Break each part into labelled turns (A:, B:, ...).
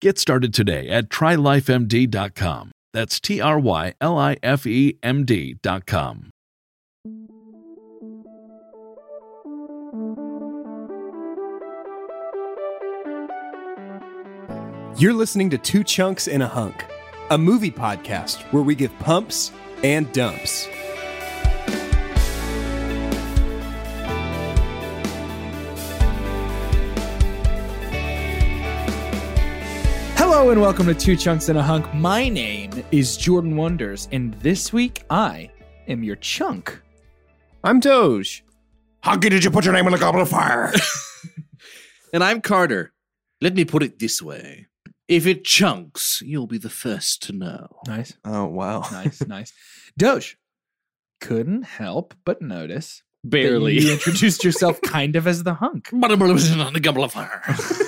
A: Get started today at trylifemd.com. That's T R Y L I F E M D.com.
B: You're listening to Two Chunks in a Hunk, a movie podcast where we give pumps and dumps.
C: Hello and welcome to Two Chunks and a Hunk. My name is Jordan Wonders, and this week I am your chunk.
B: I'm Doge.
D: Honky, did you put your name in the goblet of fire?
E: And I'm Carter. Let me put it this way. If it chunks, you'll be the first to know.
C: Nice,
B: Oh, wow.
C: nice, nice. Doge, couldn't help but notice that you
E: Barely.
C: introduced yourself kind of as the hunk.
E: But I'm on the goblet of fire.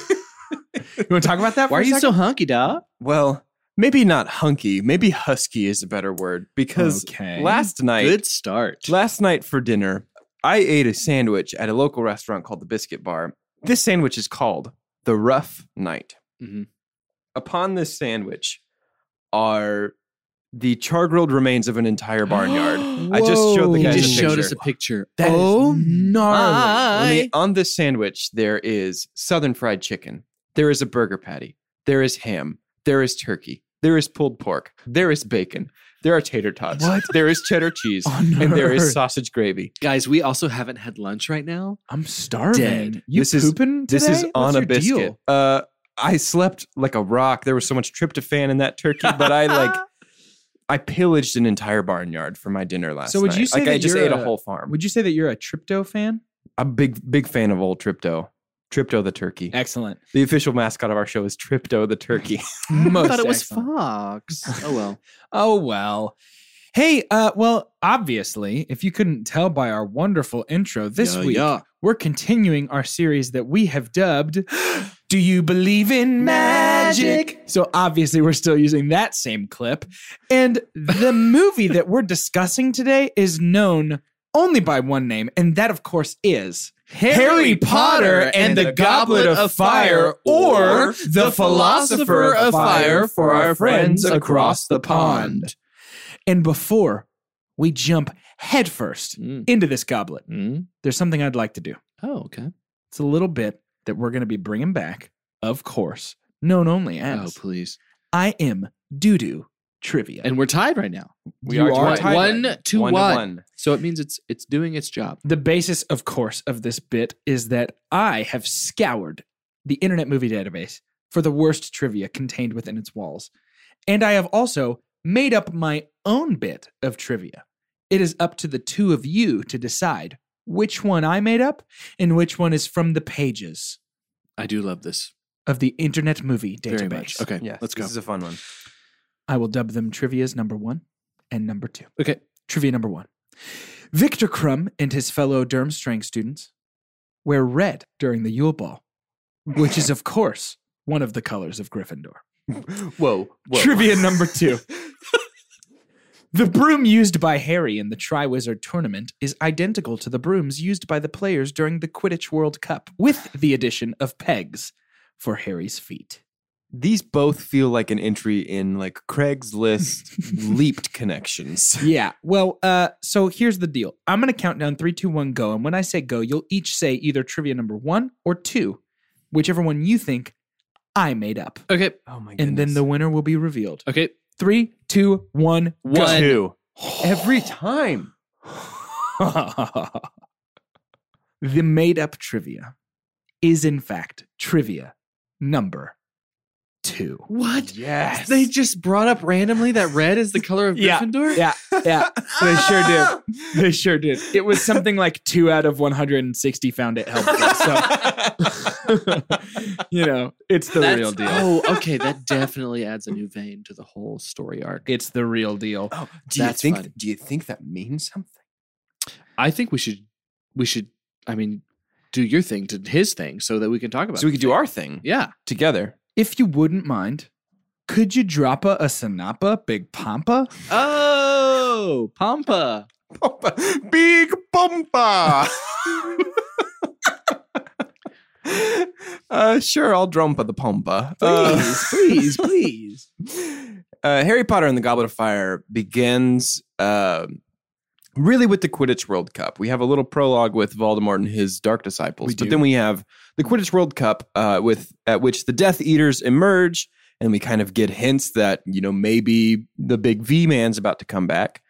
C: You want to talk about that?
E: Why
C: for
E: are
C: a
E: you
C: second?
E: so hunky, dog?
B: Well, maybe not hunky, maybe husky is a better word because
C: Okay.
B: last night,
E: Good start.
B: last night for dinner, I ate a sandwich at a local restaurant called the Biscuit Bar. This sandwich is called the Rough Night.
E: Mhm.
B: Upon this sandwich are the char grilled remains of an entire barnyard. I just showed the
E: He
B: guys
E: just
B: a
E: showed
B: picture.
E: us a picture.
B: That is
E: oh,
B: gnarly. On the-
E: my.
B: on this sandwich, there is southern fried chicken. There is a burger patty. There is ham. There is turkey. There is pulled pork. There is bacon. There are tater tots.
C: What?
B: There is cheddar cheese.
C: On
B: and there is
C: earth.
B: sausage gravy.
E: Guys, we also haven't had lunch right now.
C: I'm starving.
E: Dead.
C: You
B: This is-
C: pooping
B: This is
C: today?
B: on
C: What's
B: a
C: your deal?
B: biscuit. Uh, I slept like a rock. There was so much tryptophan in that turkey, but I like I pillaged an entire barnyard for my dinner last night.
C: So would you say
B: like I
C: that
B: just
C: you're
B: ate a,
C: a-
B: whole farm?
C: Would you say that you're a trypto fan?
B: I'm a big big fan of old Tripto. Tripto the turkey.
C: Excellent.
B: The official mascot of our show is Tripto the turkey.
C: Most
E: I thought it was
C: excellent.
E: Fox. Oh, well.
C: Oh well. Hey, uh, well, obviously, if you couldn't tell by our wonderful intro this
E: Yeah,
C: week,
E: yeah.
C: we're continuing our series that we have dubbed Do You Believe in Magic? So obviously, we're still using that same clip. And the movie that we're discussing today is known only by one name, and that, of course, is Harry, Potter and, the, Goblet of Fire or The Philosopher of Fire for our friends across the pond. And before we jump headfirst
E: Mm.
C: into this goblet,
E: Mm.
C: there's something I'd like to do.
E: Oh, okay.
C: It's a little bit that we're going to be bringing back, of course, known only
E: Oh,
C: as
E: please.
C: I am doo doo trivia.
E: And we're tied right now.
B: We
C: You
B: are,
C: are
B: tied right
E: one
B: now.
E: to
B: one. to
E: one.
B: one.
E: So it means it's it's doing its job.
C: The basis, of course, of this bit is that I have scoured the Internet Movie Database for the worst trivia contained within its walls. And I have also made up my own bit of trivia. It is up to the two of you to decide which one I made up and which one is from the pages
E: I do love this
C: of the Internet Movie Database.
E: very much. Okay,
B: Yes,
E: let's go.
B: This is a fun one.
C: I will dub them trivia's number one and number two.
E: Okay.
C: Trivia number one. Victor Krum and his fellow Durmstrang students wear red during the Yule Ball, which is, of course, one of the colors of Gryffindor.
B: Whoa, whoa.
C: Trivia number two. The broom used by Harry in the Triwizard Tournament is identical to the brooms used by the players during the Quidditch World Cup, with the addition of pegs for Harry's feet.
B: These both feel like an entry in like Craigslist leaped connections.
C: Yeah. Well, uh, so here's the deal. I'm gonna count down three, two, one, go. And when I say go, you'll each say either trivia number one or two, whichever one you think I made up.
E: Okay.
B: Oh my
C: And then the winner will be revealed.
E: Okay.
C: Three, two, one, go.
E: One.
B: Two. Every time.
C: the made up trivia is, in fact, trivia number two.
E: What?
B: Yes.
E: They just brought up randomly that red is the color of
C: Yeah.
E: Gryffindor?
C: Yeah, yeah, they sure did. They sure did. It was something like two out of 160 found it helpful. So, you know, it's the
E: That's-
C: real deal.
E: Oh, okay. That definitely adds a new vein to the whole story arc.
C: It's the real deal.
B: Oh,
E: do you think-
B: do you think that means something?
E: I think we should, we should, I mean, do your thing to his thing so that we can talk about
B: So we
E: the
B: could do
E: thing.
B: our thing
E: Yeah.
B: together.
C: If you wouldn't mind, could you drop a, a Sanapa, Big Pampa?
B: Uh,
E: Oh, Pampa.
D: Big bumper.
B: uh, sure, I'll drumpa the pompa.
E: Please, please, please.
B: uh, Harry Potter and the Goblet of Fire begins um really with the Quidditch World Cup. We have a little prologue with Voldemort and his dark disciples,
E: We
B: but
E: do.
B: then we have the Quidditch World Cup, uh, with at which the Death Eaters emerge, and we kind of get hints that you know maybe the Big V Man's about to come back.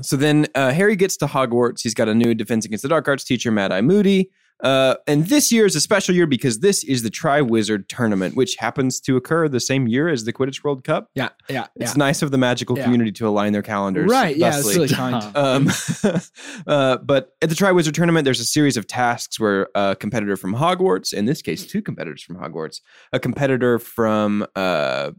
B: So then uh, Harry gets to Hogwarts. He's got a new Defense Against the Dark Arts teacher, Mad Eye Moody. Uh, and this year is a special year because this is the Triwizard Tournament, which happens to occur the same year as the Quidditch World Cup.
C: Yeah, yeah,
B: It's nice of the magical
C: Yeah.
B: community to align their calendars.
C: Right, yeah, it's
B: thusly.
C: really kind.
B: Um, uh, but at the Triwizard Tournament, there's a series of tasks where a competitor from Hogwarts, in this case, two competitors from Hogwarts, a competitor from uh,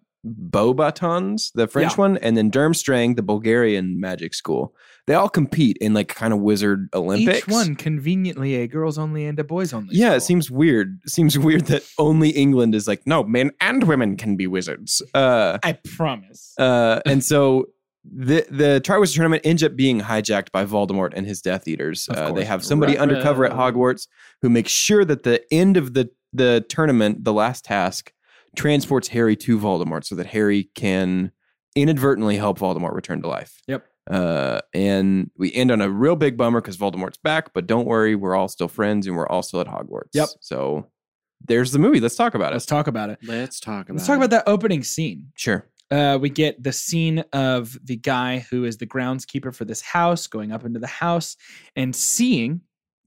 B: Bobatons, the French
C: Yeah.
B: one, and then Durmstrang, the Bulgarian magic school. They all compete in like kind of wizard Olympics.
C: Each one conveniently a girls only and a boys only.
B: Yeah, it
C: school.
B: seems weird. It seems weird that only England is like, no, men and women can be wizards. Uh,
C: I promise.
B: uh, and so the the Triwizard tournament ends up being hijacked by Voldemort and his Death Eaters.
C: Of
B: Uh, they
C: course.
B: have somebody
E: Ruh-roh.
B: undercover at Hogwarts who makes sure that the end of the the tournament, the last task, transports Harry to Voldemort so that Harry can inadvertently help Voldemort return to life.
C: Yep.
B: Uh, and we end on a real big bummer because Voldemort's back, but don't worry, we're all still friends and we're all still at Hogwarts.
C: Yep.
B: So there's the movie. Let's talk about
C: Let's
B: it.
C: talk about it.
E: Let's talk about
C: Let's talk
E: it.
C: about that opening scene.
B: Sure.
C: Uh, we get the scene of the guy who is the groundskeeper for this house going up into the house and seeing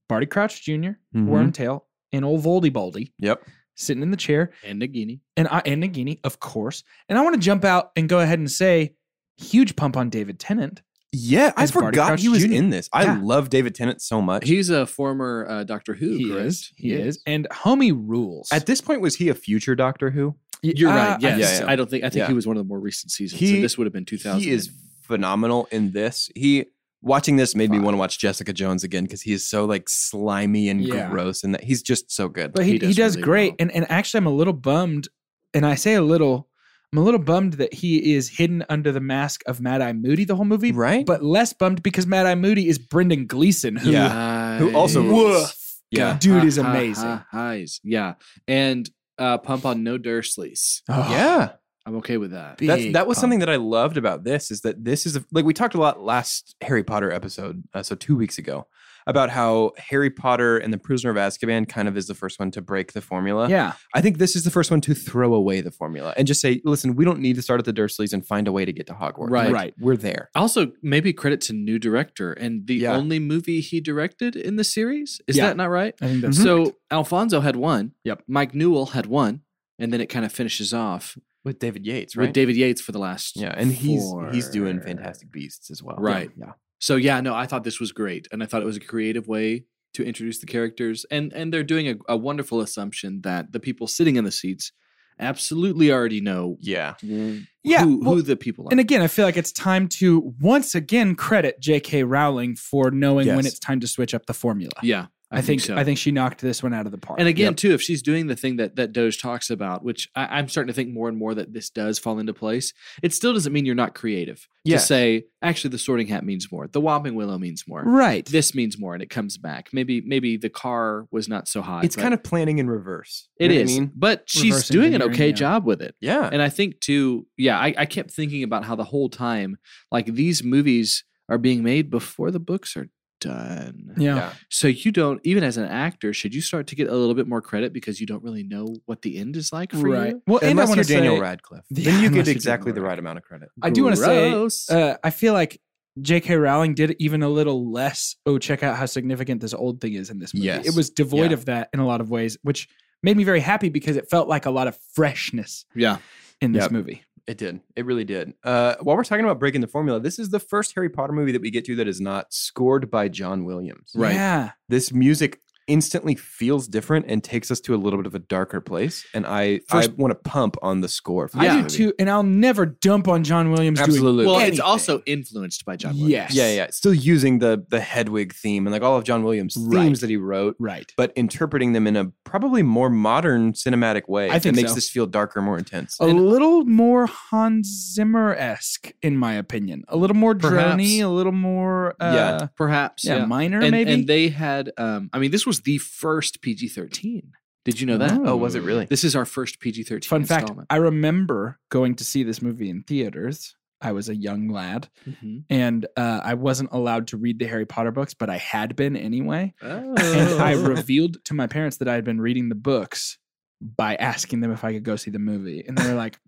C: Barty Crouch junior
B: Mhm.
C: Wormtail, and old Voldy Baldy
B: Yep.
C: sitting in the chair,
E: And a guinea.
C: and I, and Nagini, of course. And I want to jump out and go ahead and say, huge pump on David Tennant.
B: Yeah, I
C: As Barty
B: forgot
C: Crouch
B: he was
C: Jr..
B: in this. I
C: Yeah.
B: love David Tennant so much.
E: He's a former uh, Doctor Who,
C: he
E: correct?
C: is, he is, and homie rules.
B: At this point, was he a future Doctor Who?
C: Y-
E: You're
C: uh,
E: right.
C: I
E: Yes.
C: think
B: yeah,
C: so.
B: yeah.
E: I don't think, I think
B: Yeah.
E: he was one of the more recent seasons.
B: He-
E: so this would have been 2000.
B: He is phenomenal in this. He watching this made me
E: Fine.
B: want to watch Jessica Jones again because he is so like slimy and
C: Yeah.
B: gross, and that he's just so good.
C: But he, he
E: He
C: does,
E: does really
C: great.
E: well.
C: And and actually I'm a little bummed, and I say a little, I'm a little bummed that he is hidden under the mask of Mad Eye Moody the whole movie.
B: Right?
C: But less bummed because Mad Eye Moody is Brendan Gleeson, who
B: Yeah. Who also
E: Nice.
B: rules.
C: Woof.
B: yeah,
C: dude
E: Ha,
C: is
E: ha,
C: amazing.
E: ha, ha's. Yeah. And uh, pump on no Dursleys.
C: Oh,
B: yeah.
E: I'm okay with that.
C: Big
B: That's, that was
C: pump.
B: something that I loved about this is that this is a, like we talked a lot last Harry Potter episode, uh, so two weeks ago, about how Harry Potter and the Prisoner of Azkaban kind of is the first one to break the formula.
C: Yeah.
B: I think this is the first one to throw away the formula and just say, listen, we don't need to start at the Dursleys and find a way to get to Hogwarts.
E: Right.
C: Right.
B: We're there.
E: Also, maybe credit to new director and the
B: Yeah.
E: only movie he directed in the series. Is
C: Yeah.
E: that not right?
C: I think
B: Mm-hmm.
C: that's
E: So Alfonso had one.
C: Yep.
E: Mike Newell had one, and then it kind of finishes off
B: With David Yates,
E: with David Yates for the last.
B: yeah, and he's he's doing
E: four.
B: Fantastic Beasts as well.
E: Right.
B: Yeah.
E: So yeah, no, I thought this was great, and I thought it was a creative way to introduce the characters, and and they're doing a, a wonderful assumption that the people sitting in the seats absolutely already know
B: Yeah.
E: who,
C: Yeah,
E: who
C: well,
E: the people are.
C: and again, I feel like it's time to once again credit J.K. Rowling for knowing when
B: Yes.
C: it's time to switch up the formula.
E: yeah,
C: I think I think she knocked this one out of the park.
E: And again, too, if she's doing the thing that that Doge talks about, which I, I'm starting to think more and more that this does fall into place, it still doesn't mean you're not creative.
C: Yeah.
E: To say actually, the Sorting Hat means more. The Whopping Willow means more.
C: right.
E: This means more, and it comes back. Maybe maybe the car was not so hot.
B: It's
E: but
B: kind of planning in reverse. You
E: it
B: know what I
E: is,
B: mean?
E: but she's
C: Reverse
E: doing an
C: engineering,
E: okay
C: yeah.
E: job with it.
B: Yeah.
E: And I think too, yeah, I, I kept thinking about how the whole time, like these movies are being made before the books are done.
C: Yeah.
B: Yeah.
E: So you don't even as an actor, should you start to get a little bit more credit because you don't really know what the end is like for
C: Right.
E: you?
C: Well, and I
B: Unless
C: wanna
B: you're Daniel
C: say-
B: Radcliffe. then
C: Yeah,
B: you
C: unless
B: get
C: you're
B: exactly the
C: Daniel
B: right amount of credit.
C: I do wanna say,
E: Gross.
C: Uh, I feel like J.K. Rowling did even a little less. Oh, check out how significant this old thing is in this movie.
B: Yes.
C: It was devoid
E: Yeah.
C: of that in a lot of ways, which made me very happy because it felt like a lot of freshness
E: yeah.
C: in this
B: Yep.
C: movie.
B: It did. It really did. Uh, while we're talking about breaking the formula, this is the first Harry Potter movie that we get to that is not scored by John Williams.
E: Right.
C: Yeah.
B: This music instantly feels different and takes us to a little bit of a darker place. And I, I
E: First-
B: want to pump on the score. For
C: I do
B: this movie.
C: too, and I'll never dump on John Williams. doing
B: Absolutely.
E: Well, it's
C: anything.
E: also influenced by John Williams.
C: Yes.
B: Yeah, yeah. Still using the the Hedwig theme and like all of John Williams'
C: Right.
B: themes that he wrote,
C: Right.
B: but interpreting them in a probably more modern cinematic way.
C: I think
B: that makes
C: so.
B: this feel darker, more intense.
C: a little more Hans Zimmer esque, in my opinion. A little more
E: Perhaps.
C: drony, a little more uh,
B: Yeah.
E: Perhaps.
C: yeah, minor
E: and,
C: maybe.
E: and they had um I mean this was the first PG-13. Did you know that?
B: Oh, was it really?
E: This is our first PG-13
C: Fun fact:
E: installment.
C: I remember going to see this movie in theaters. I was a young lad,
E: Mhm.
C: and uh, I wasn't allowed to read the Harry Potter books, but I had been anyway.
E: Oh.
C: And I revealed to my parents that I had been reading the books by asking them if I could go see the movie, and they were like.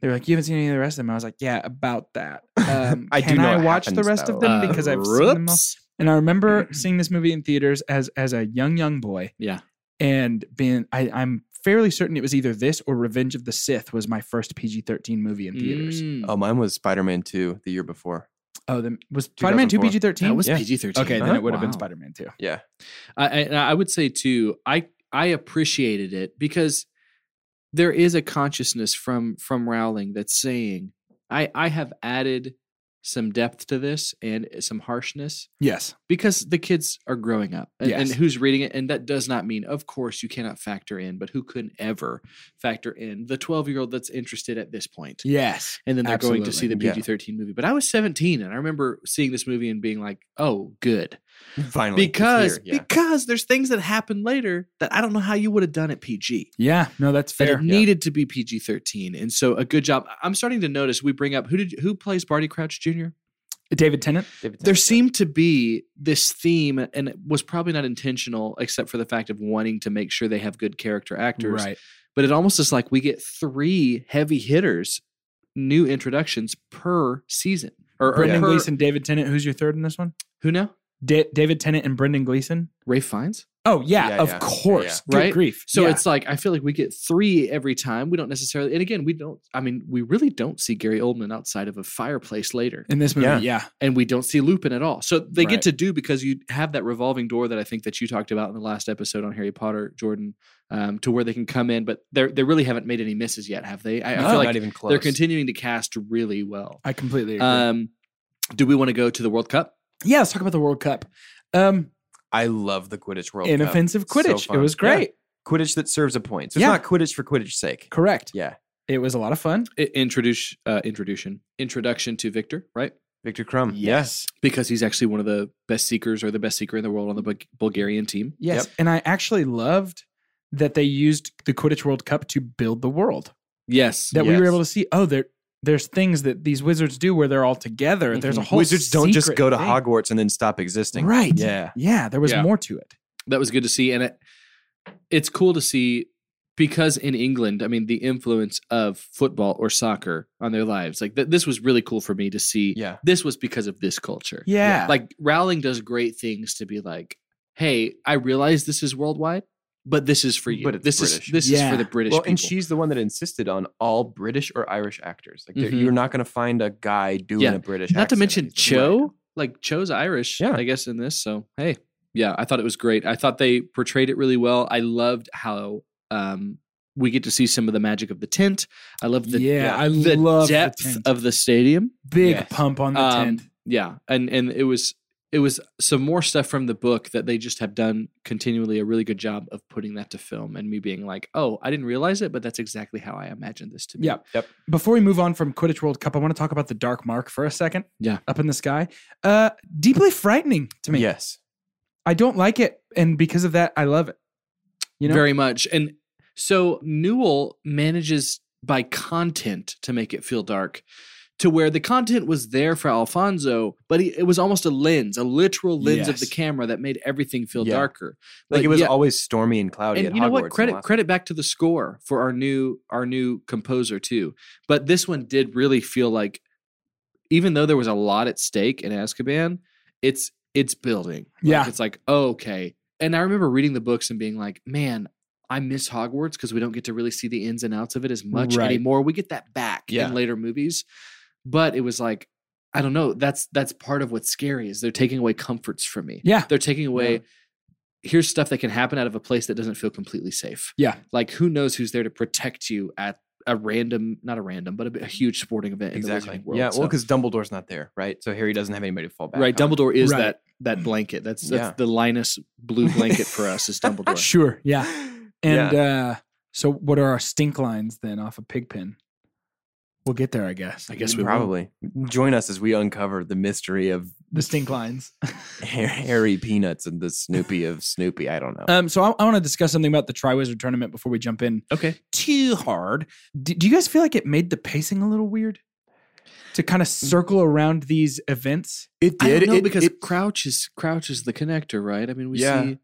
C: They were like, "You haven't seen any of the rest of them." I was like, "Yeah, about that. Um,
B: I do
C: can
B: know
C: I
B: it
C: watch the
B: happens,
C: rest of
B: though.
C: them
E: Uh,
C: because I've seen them all?"
E: whoops.
C: And I remember seeing this movie in theaters as as a young young boy.
E: Yeah.
C: and being I, I'm fairly certain it was either this or Revenge of the Sith was my first PG-13 movie in theaters.
E: Mm.
B: Oh, mine was Spider Man 2 the year before.
C: Oh, then was Spider-Man two
B: 2004.
C: PG-13?
E: That was
B: Yeah.
E: PG-13.
C: okay,
B: Uh-huh.
C: then it would have been
E: Wow.
C: Spider-Man two.
B: Yeah.
E: I, I, and I would say too, I I appreciated it because there is a consciousness from from Rowling that's saying, I I have added some depth to this and some harshness
C: Yes,
E: because the kids are growing up and, and
C: Yes.
E: who's reading it and that does not mean of course you cannot factor in but who couldn't ever factor in the 12 year old that's interested at this point
C: yes,
E: and then they're going to see the
C: Absolutely.
B: Yeah.
E: pg-13 movie but i was 17 and i remember seeing this movie and being like oh good
B: Finally. it's
E: because
B: here, yeah.
E: because there's things that happen later that I don't know how you would have done at PG.
C: yeah. No, that's
E: That
C: fair.
E: it needed to be PG thirteen, and so a good job. I'm starting to notice we bring up who did who plays Barty Crouch Jr.
C: David Tennant.
B: David
E: There
B: Tennant, yeah.
E: seemed to be this theme, and it was probably not intentional, except for the fact of wanting to make sure they have good character actors.
C: Right.
E: But it almost is like we get three heavy hitters, new introductions per season, or, or
C: Brendan
E: per,
C: Gleeson, David Tennant. Who's your third in this one?
E: Who now?
C: Da- David Tennant and Brendan Gleeson.
E: Ray Fiennes.
C: Oh yeah,
B: Yeah,
C: of
B: yeah, yeah,
C: course. Good
E: Right?
C: grief.
E: So
C: Yeah.
E: it's like I feel like we get three every time. We don't necessarily, and again, we don't. I mean, we really don't see Gary Oldman outside of a fireplace later,
C: in this movie.
B: Yeah.
C: yeah.
E: and we don't see Lupin at all. So they
C: Right.
E: get to do because you have that revolving door that I think that you talked about in the last episode on Harry Potter, Jordan, um, to where they can come in, but they they really haven't made any misses yet, have they? I, I
B: No,
E: feel
B: not
E: like
B: even close.
E: they're continuing to cast really well.
C: I completely agree.
E: Um, do we want to go to the World Cup?
C: yeah, let's talk about the World Cup. Um,
B: I love the Quidditch World Cup.
C: inoffensive
B: So
C: Quidditch. it
B: fun.
C: was
B: Yeah.
C: great.
B: Quidditch that serves a point. So
C: Yeah.
B: it's not Quidditch for Quidditch's sake.
C: Correct.
B: Yeah.
C: It was a lot of fun.
E: I- introduce uh, introduction introduction to Victor, right?
B: Victor Crumb. Yes.
E: because he's actually one of the best seekers or the best seeker in the world on the Bul- Bulgarian team.
C: Yes. And I actually loved that they used the Quidditch World Cup to build the world.
E: Yes.
C: That we were
B: Yes.
C: able to see, oh, there there's things that these wizards do where they're all together. There's a
E: Mhm.
C: whole
B: Mm-hmm. Wizards don't just
C: secret
B: go to
C: thing.
B: Hogwarts and then stop existing.
C: Right.
B: Yeah.
C: Yeah, there was
E: Yeah.
C: more to it.
E: That was good to see. And it, it's cool to see because in England, I mean, the influence of football or soccer on their lives, like th- this was really cool for me to see.
B: Yeah.
E: This was because of this culture.
C: Yeah.
E: Like Rowling does great things to be like, hey, I realize this is worldwide, but this is for you.
B: But it's
E: this
B: British.
E: is this is
C: Yeah.
E: for the British
B: well,
E: people.
B: and she's the one that insisted on all British or Irish actors. Like there-
E: Mhm.
B: you're not going to find a guy doing
E: Yeah.
B: a British.
E: Not to
B: accent.
E: mention
B: Right.
E: Cho, like Cho's Irish,
B: Yeah.
E: I guess in this. So hey, yeah, I thought it was great. I thought they portrayed it really well. I loved how um, we get to see some of the magic of the tent. I love the
C: Yeah, I
E: the
C: love the
E: depth
C: tent.
E: of the stadium.
C: Big
B: Yes.
C: pump on the
E: Um,
C: tent.
E: Yeah, and and it was it was some more stuff from the book that they just have done continually a really good job of putting that to film and me being like, oh, I didn't realize it, but that's exactly how I imagined this to be.
C: Yeah. Yep. Before we move on from Quidditch World Cup, I want to talk about the Dark Mark for a second.
E: Yeah.
C: Up in the sky. Uh deeply frightening to me.
B: Yes.
C: I don't like it. And because of that, I love it. You know?
E: very much. And so Newell manages by content to make it feel dark to where the content was there for Alfonso, but he, it was almost a lens, a literal lens of the
B: Yes.
E: camera that made everything feel
B: Yeah. Oh,
E: darker.
B: Like
E: But
B: it was
E: yeah,
B: always stormy and cloudy.
E: and
B: at
E: you know
B: Hogwarts
E: what?
B: in
E: Credit
B: Los-
E: credit back to the score for our new our new composer too. But this one did really feel like, even though there was a lot at stake in Azkaban, it's it's building. Like,
C: Yeah.
E: it's like oh, okay. And I remember reading the books and being like, man, I miss Hogwarts because we don't get to really see the ins and outs of it as much
C: Right.
E: anymore. We get that back
B: Yeah.
E: in later movies, but it was like. I don't know. That's that's part of what's scary is they're taking away comforts from me.
C: Yeah.
E: They're taking away here's stuff that can happen out of a place that doesn't feel completely safe.
C: Yeah.
E: Like who knows who's there to protect you at a random, not a random, but a, bi- a huge sporting event in
B: Exactly.
E: the Wizarding world.
B: yeah. Well,
E: so-
B: because Dumbledore's not there, right? So Harry doesn't have anybody to fall back.
E: right,
B: on.
E: Dumbledore is
C: Right.
E: that that blanket. That's that's
B: um, Yeah.
E: the Linus blue blanket for us is Dumbledore.
C: Sure. Yeah. And uh so what are our stink lines then off of Pigpen? We'll get there, I guess.
E: I guess we will.
B: probably join us as we uncover the mystery of
C: The stink lines.
B: Harry Peanuts and the Snoopy of Snoopy. I don't
E: Uh,
B: know.
C: Um, so I, I want to discuss something about the Triwizard Tournament before we jump in
E: Okay.
C: too hard. Do, do you guys feel like it made the pacing a little weird to kind of circle around these events?
B: it
E: I don't know
B: it,
E: because
B: it,
E: Crouch is Crouch is the connector, right? I mean, we
B: Yeah.
E: see.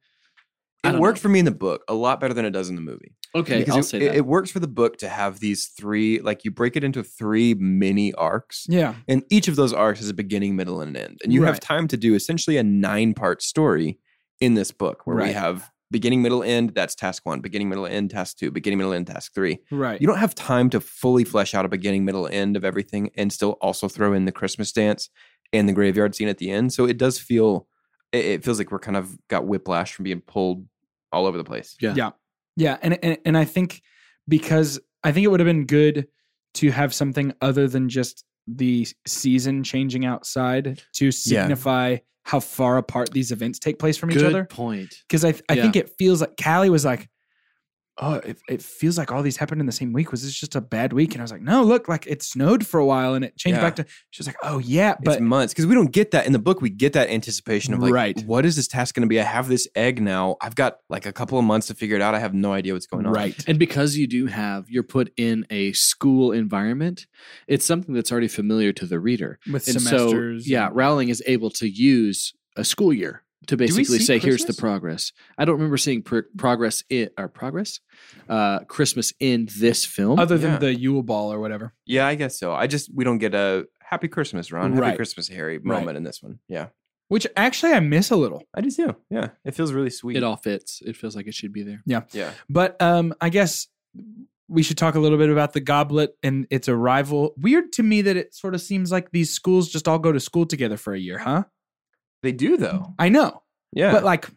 E: I
B: it
E: don't
B: worked
E: know.
B: for me in the book a lot better than it does in the movie.
E: Okay,
B: because
E: I'll
B: it,
E: say
B: it-
E: that.
B: it works for the book to have these three, like you break it into three mini arcs.
C: Yeah,
B: And each of those arcs is a beginning, middle, and an end. And you have
C: Right.
B: time to do essentially a nine part story in this book where we
C: Right.
B: have beginning, middle, end, that's task one, beginning, middle, end, task two, beginning, middle, end, task three.
C: right.
B: You don't have time to fully flesh out a beginning, middle, end of everything and still also throw in the Christmas dance and the graveyard scene at the end. So it does feel, it, it feels like we're kind of got whiplash from being pulled all over the place.
E: Yeah.
C: yeah, yeah. And, and and I think because I think it would have been good to have something other than just the season changing outside to signify how far apart these events take place from each
E: Good
C: other.
E: point.
C: because I I
E: Yeah.
C: think it feels like Callie was like, oh, it, it feels like all these happened in the same week. Was this just a bad week? And I was like, no, look, like it snowed for a while and it changed back to. She was like, oh yeah,
B: But
C: but
B: it's months because we don't get that in the book. We get that anticipation of like,
C: Right.
B: what is this task going to be? I have this egg now. I've got like a couple of months to figure it out. I have no idea what's going on.
C: right,
E: And because you do have, you're put in a school environment, it's something that's already familiar to the reader.
C: with
E: and so
C: semesters.
E: yeah
C: and-
E: rowling is able to use a school year to
C: we
E: basically
C: see
E: say here's the
C: Christmas?
E: progress i don't remember seeing pr- progress in or progress uh christmas in this film
C: Other than
B: Yeah.
C: the Yule Ball or whatever,
B: Yeah, I guess so. I just, we don't get a happy Christmas, Ron. Happy
C: Right.
B: Christmas, Harry moment in this one. Yeah.
C: which actually I miss a little.
B: I do too. Yeah. It feels really sweet.
E: it all fits it feels like it should be there
B: Yeah.
C: But um, I guess we should talk a little bit about the goblet and its arrival. Weird to me that it sort of seems like these schools just all go to school together for a year, huh?
B: They do though.
C: I know,
B: Yeah.
C: but like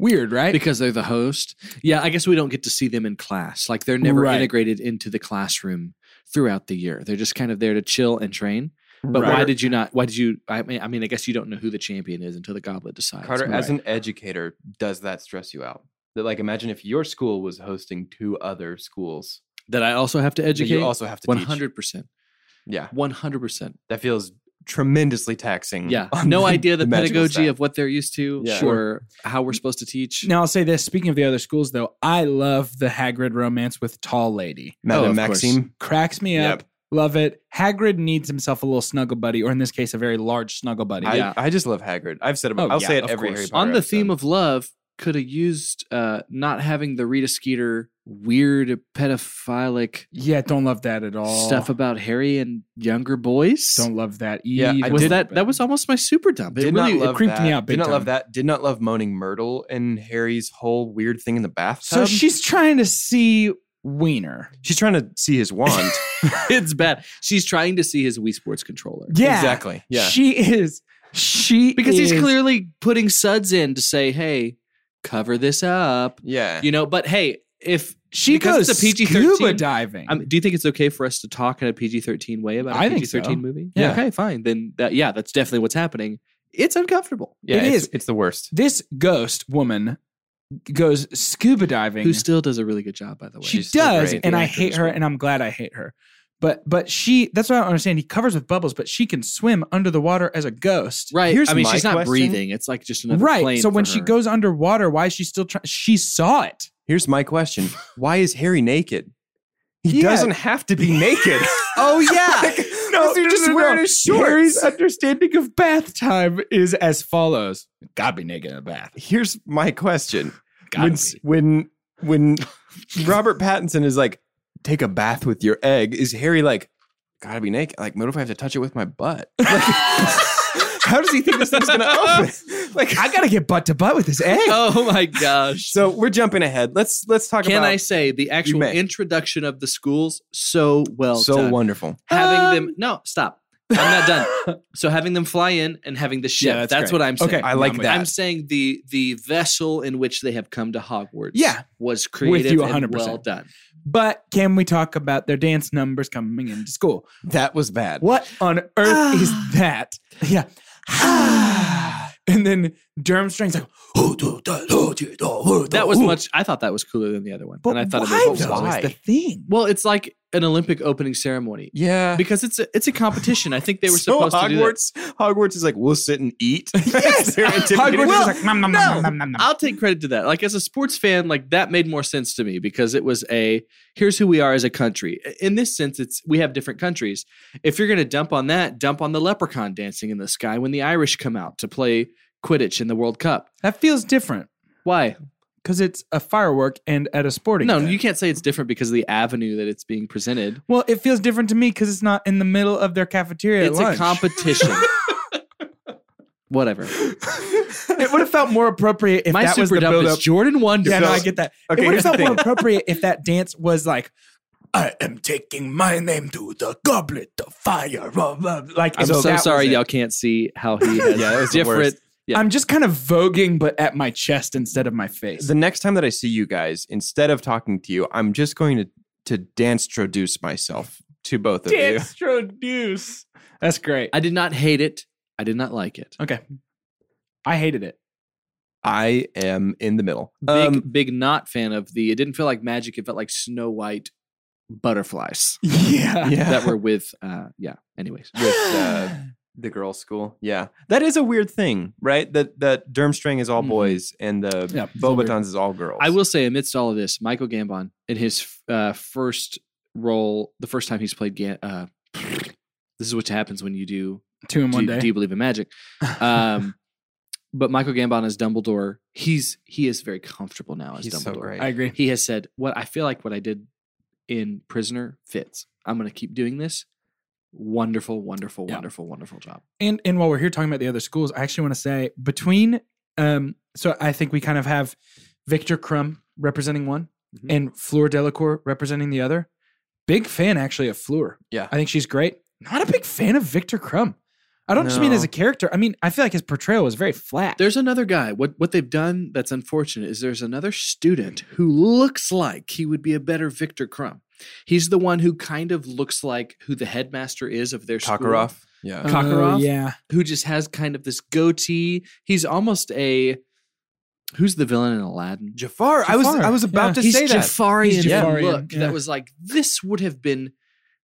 C: weird, right?
E: because they're the host yeah i guess we don't get to see them in class like they're never
C: Right.
E: integrated into the classroom throughout the year they're just kind of there to chill and train but why
C: Right.
E: did you not why did you I mean, I mean i guess you don't know who the champion is until the goblet decides
B: Carter,
E: but-
B: as an educator, does that stress you out? That like imagine if your school was hosting two other schools.
E: that i also have to
B: that
E: educate
B: You also have to teach.
E: 100%
B: Yeah.
E: 100%
B: That feels tremendously taxing.
E: Yeah.
B: on
E: No idea the,
B: magical
E: pedagogy
B: staff.
E: of what they're used to
B: Yeah.
E: or how we're supposed to teach.
C: Now I'll say this: speaking of the other schools, though, I love the Hagrid romance with Tall Lady.
B: Madame
E: Oh, of course.
B: Maxime.
C: Cracks me
B: Yep.
C: up. Love it. Hagrid needs himself a little snuggle buddy, or in this case, a very large snuggle buddy.
B: I,
E: Yeah.
B: I just love Hagrid. I've said it.
C: Oh,
B: I'll say
C: yeah,
B: it
C: of
B: every
C: course.
B: Harry Potter
E: On the theme
B: episode.
E: of love, could have used uh, not having the Rita Skeeter weird pedophilic
C: yeah, don't love that at all.
E: stuff about Harry and younger boys.
C: don't love that.
B: Oh. Yeah,
C: even
B: I
E: was
B: didn't,
E: that that was almost my super dump. It
B: did
E: really
B: not love
C: creeped
B: that.
C: me out big
B: Did not love
C: time.
B: that. Did not love moaning Myrtle and Harry's whole weird thing in the bathtub.
C: So she's trying to see Wiener.
B: she's trying to see his wand.
E: it's bad. She's trying to see his Wii Sports controller.
C: Yeah,
B: Exactly. Yeah.
C: She is. She
E: Because he's
C: is-
E: clearly putting suds in to say, hey, cover this up.
B: yeah.
E: You know, but hey, if
C: She
E: because
C: goes
E: it's a PG-13
C: scuba diving.
E: I mean, do you think it's okay for us to talk in a PG thirteen way about
C: I
E: a
C: think
E: PG thirteen
C: so.
E: movie?
C: Yeah.
E: Okay, fine. Then that yeah, that's definitely what's happening.
B: It's uncomfortable. Yeah,
C: It
B: it's,
C: is.
B: It's the worst.
C: This ghost woman goes scuba diving.
E: Who still does a really good job, by the way.
C: she does, and I hate her, and I'm glad I hate her. But but she that's what I don't understand. He covers with bubbles, but she can swim under the water as a ghost.
E: Right.
C: Here's
E: I mean,
C: my
E: she's not
C: question.
E: breathing. It's like just another
C: right.
E: plane
C: so when
E: for
C: she
E: her.
C: goes underwater, why is she still trying? She saw it.
B: Here's my question: Why is Harry naked? He
C: Yeah.
B: doesn't have to be naked.
C: Oh yeah.
B: no,
C: He's just wearing his shorts.
B: Harry's understanding of bath
C: Time is as follows. Gotta be naked in a bath.
B: Here's my question:
C: Gotta
B: when,
C: be.
B: when when Robert Pattinson is like, "Take a bath with your egg," is Harry like, "Gotta be naked"? Like, what if I have to touch it with my butt? Like, how does he think this thing's gonna open? Like,
C: I gotta get butt to butt with this egg.
E: Oh my gosh.
B: so we're jumping ahead. Let's let's talk
E: Can
B: about
E: I say the actual
B: may.
E: introduction of the schools so well
B: so
E: done.
B: wonderful.
E: having
C: Um,
B: Ah!
E: them no stop i'm not done so having them fly in and having the ship
C: Yeah, that's
E: that's, what i'm saying
C: Okay,
B: I like
C: I'm with
B: that.
E: i'm saying the the vessel in which they have come to hogwarts
C: Yeah.
E: was
C: you
E: creative and
C: 100%.
E: well done
C: But can we talk about their dance numbers coming into school?
B: That was bad.
C: What on earth is that? Yeah. and then Durmstrang's like,
E: that
C: that
E: was much i thought that was cooler than the other one
C: But
E: and i thought
C: why,
E: it was
C: though?
E: well
C: Is
E: done.
C: the thing.
E: well it's like an olympic opening ceremony
B: Yeah.
E: because it's a, it's a competition i think they were
B: so
E: supposed to do that.
B: Hogwarts, Hogwarts is like, we'll sit and eat.
C: Yes.
B: They're intimidated.
C: Hogwarts
E: Well,
C: is like, nom, nom, nom,
E: no.
C: nom, nom, nom.
E: I'll take credit to that. Like as a sports fan, like that made more sense to me because it was a here's who we are as a country. In this sense, it's we have different countries. If you're going to dump on that, dump on the leprechaun dancing in the sky when the Irish come out to play Quidditch in the World Cup.
C: That feels different
E: Why?
C: because it's a firework and at a sporting.
E: No,
C: event.
E: you can't say it's different because of the avenue that it's being presented.
C: Well, it feels different to me because it's not in the middle of their cafeteria. at
E: It's
C: lunch.
E: a competition. Whatever.
C: it would have felt more appropriate if
E: My
C: that was the
E: super dump
C: build
E: is
C: up.
E: Jordan Wonder.
C: Yeah, no,
B: So-
C: I get that.
B: Okay,
C: it would
B: here's
C: have
B: the
C: felt more
B: thing.
C: appropriate if that dance was like, I am taking my name to the goblet of fire. Blah, blah, blah. Like,
E: I'm
C: if
E: so,
C: that was
E: sorry
C: it.
E: y'all can't see how he has
B: Yeah, that was the
E: different.
B: worst.
E: Yeah.
C: I'm just kind of voguing, but at my chest instead of my face.
B: the next time that I see you guys, instead of talking to you, I'm just going to to dance introduce myself to both of you.
C: Dextroduce. That's great.
E: I did not hate it. I did not like it.
C: okay. I hated it.
B: I am in the middle.
E: big
B: Um,
E: big not fan of the it didn't feel like magic it felt like snow white butterflies
C: Yeah.
B: yeah,
E: that were with uh yeah anyways
B: with uh, the girls' school. Yeah, that is a weird thing, right? That that Durmstrang is all
E: Mhm.
B: boys and the
C: Yeah, it's all weird.
B: Bobatons is all girls.
E: i will say amidst all of this michael gambon in his uh first role the first time he's played Gan- uh this is what happens when you do
C: Two in
E: do,
C: one
E: you-
C: day.
E: do you believe in magic um but michael gambon as dumbledore he's he is very comfortable now as
B: He's
E: dumbledore
B: so great.
C: I agree.
E: he has said what i feel like what i did in prisoner fits i'm going to keep doing this wonderful wonderful
C: Yeah.
E: wonderful wonderful job
C: And and while we're here talking about the other schools, I actually want to say between um so I think we kind of have Victor Crumb representing one
E: Mhm.
B: Mm-hmm.
C: and Fleur Delacour representing the other. Big fan actually of Fleur.
B: Yeah.
C: I think she's great. Not a big fan of Victor Crumb. I don't just mean as
B: No.
C: a character. I mean, I feel like his portrayal was very flat.
E: there's another guy what what they've done that's unfortunate is there's another student who looks like he would be a better victor crumb he's the one who kind of looks like who the headmaster is of their school
B: Kakarov. Yeah.
C: Oh,
E: Kakarov?
C: yeah.
E: who just has kind of this goatee he's almost a who's the villain in aladdin
B: Jafar, I was
C: Jafar,
B: I was about
C: yeah.
B: to
E: he's
B: say that.
E: Jafarian,
C: He's Jafarian,
E: look
C: yeah.
E: that was like this would have been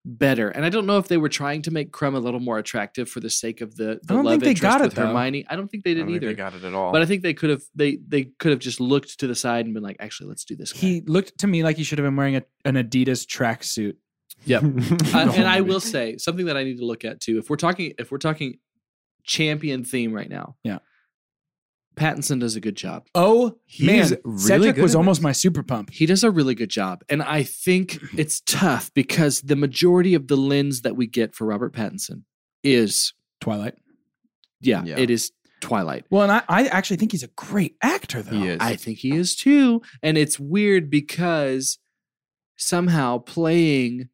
E: better. And I don't know if they were trying to make Crumb a little more attractive for the sake of the,
C: I
E: the
C: don't
E: love
C: think they
E: interest
C: got it,
E: with
C: though.
E: Hermione. I don't think they
B: I don't
E: did
B: think
E: either.
B: they got it at all.
E: but I think they could have they they could have just looked to the side and been like, actually, let's do this. guy.
C: He looked to me like he should have been wearing a, an Adidas tracksuit.
E: Yep.
B: think,
E: Uh, and I will say something that I need to look at too. If we're talking, if we're talking champion theme right now,
C: Yeah.
E: Pattinson does a good job.
C: Oh,
B: He's
C: man.
B: really
C: Cedric
B: good
C: was
B: at
C: almost
B: this.
C: my super pump.
E: He does a really good job. And I think it's tough because the majority of the lens that we get for Robert Pattinson is,
C: Twilight.
E: yeah,
B: Yeah.
E: it is Twilight. Uh,
C: Well, and I, I actually think he's a great actor, though.
B: He is.
E: I think he is too. And it's weird because somehow playing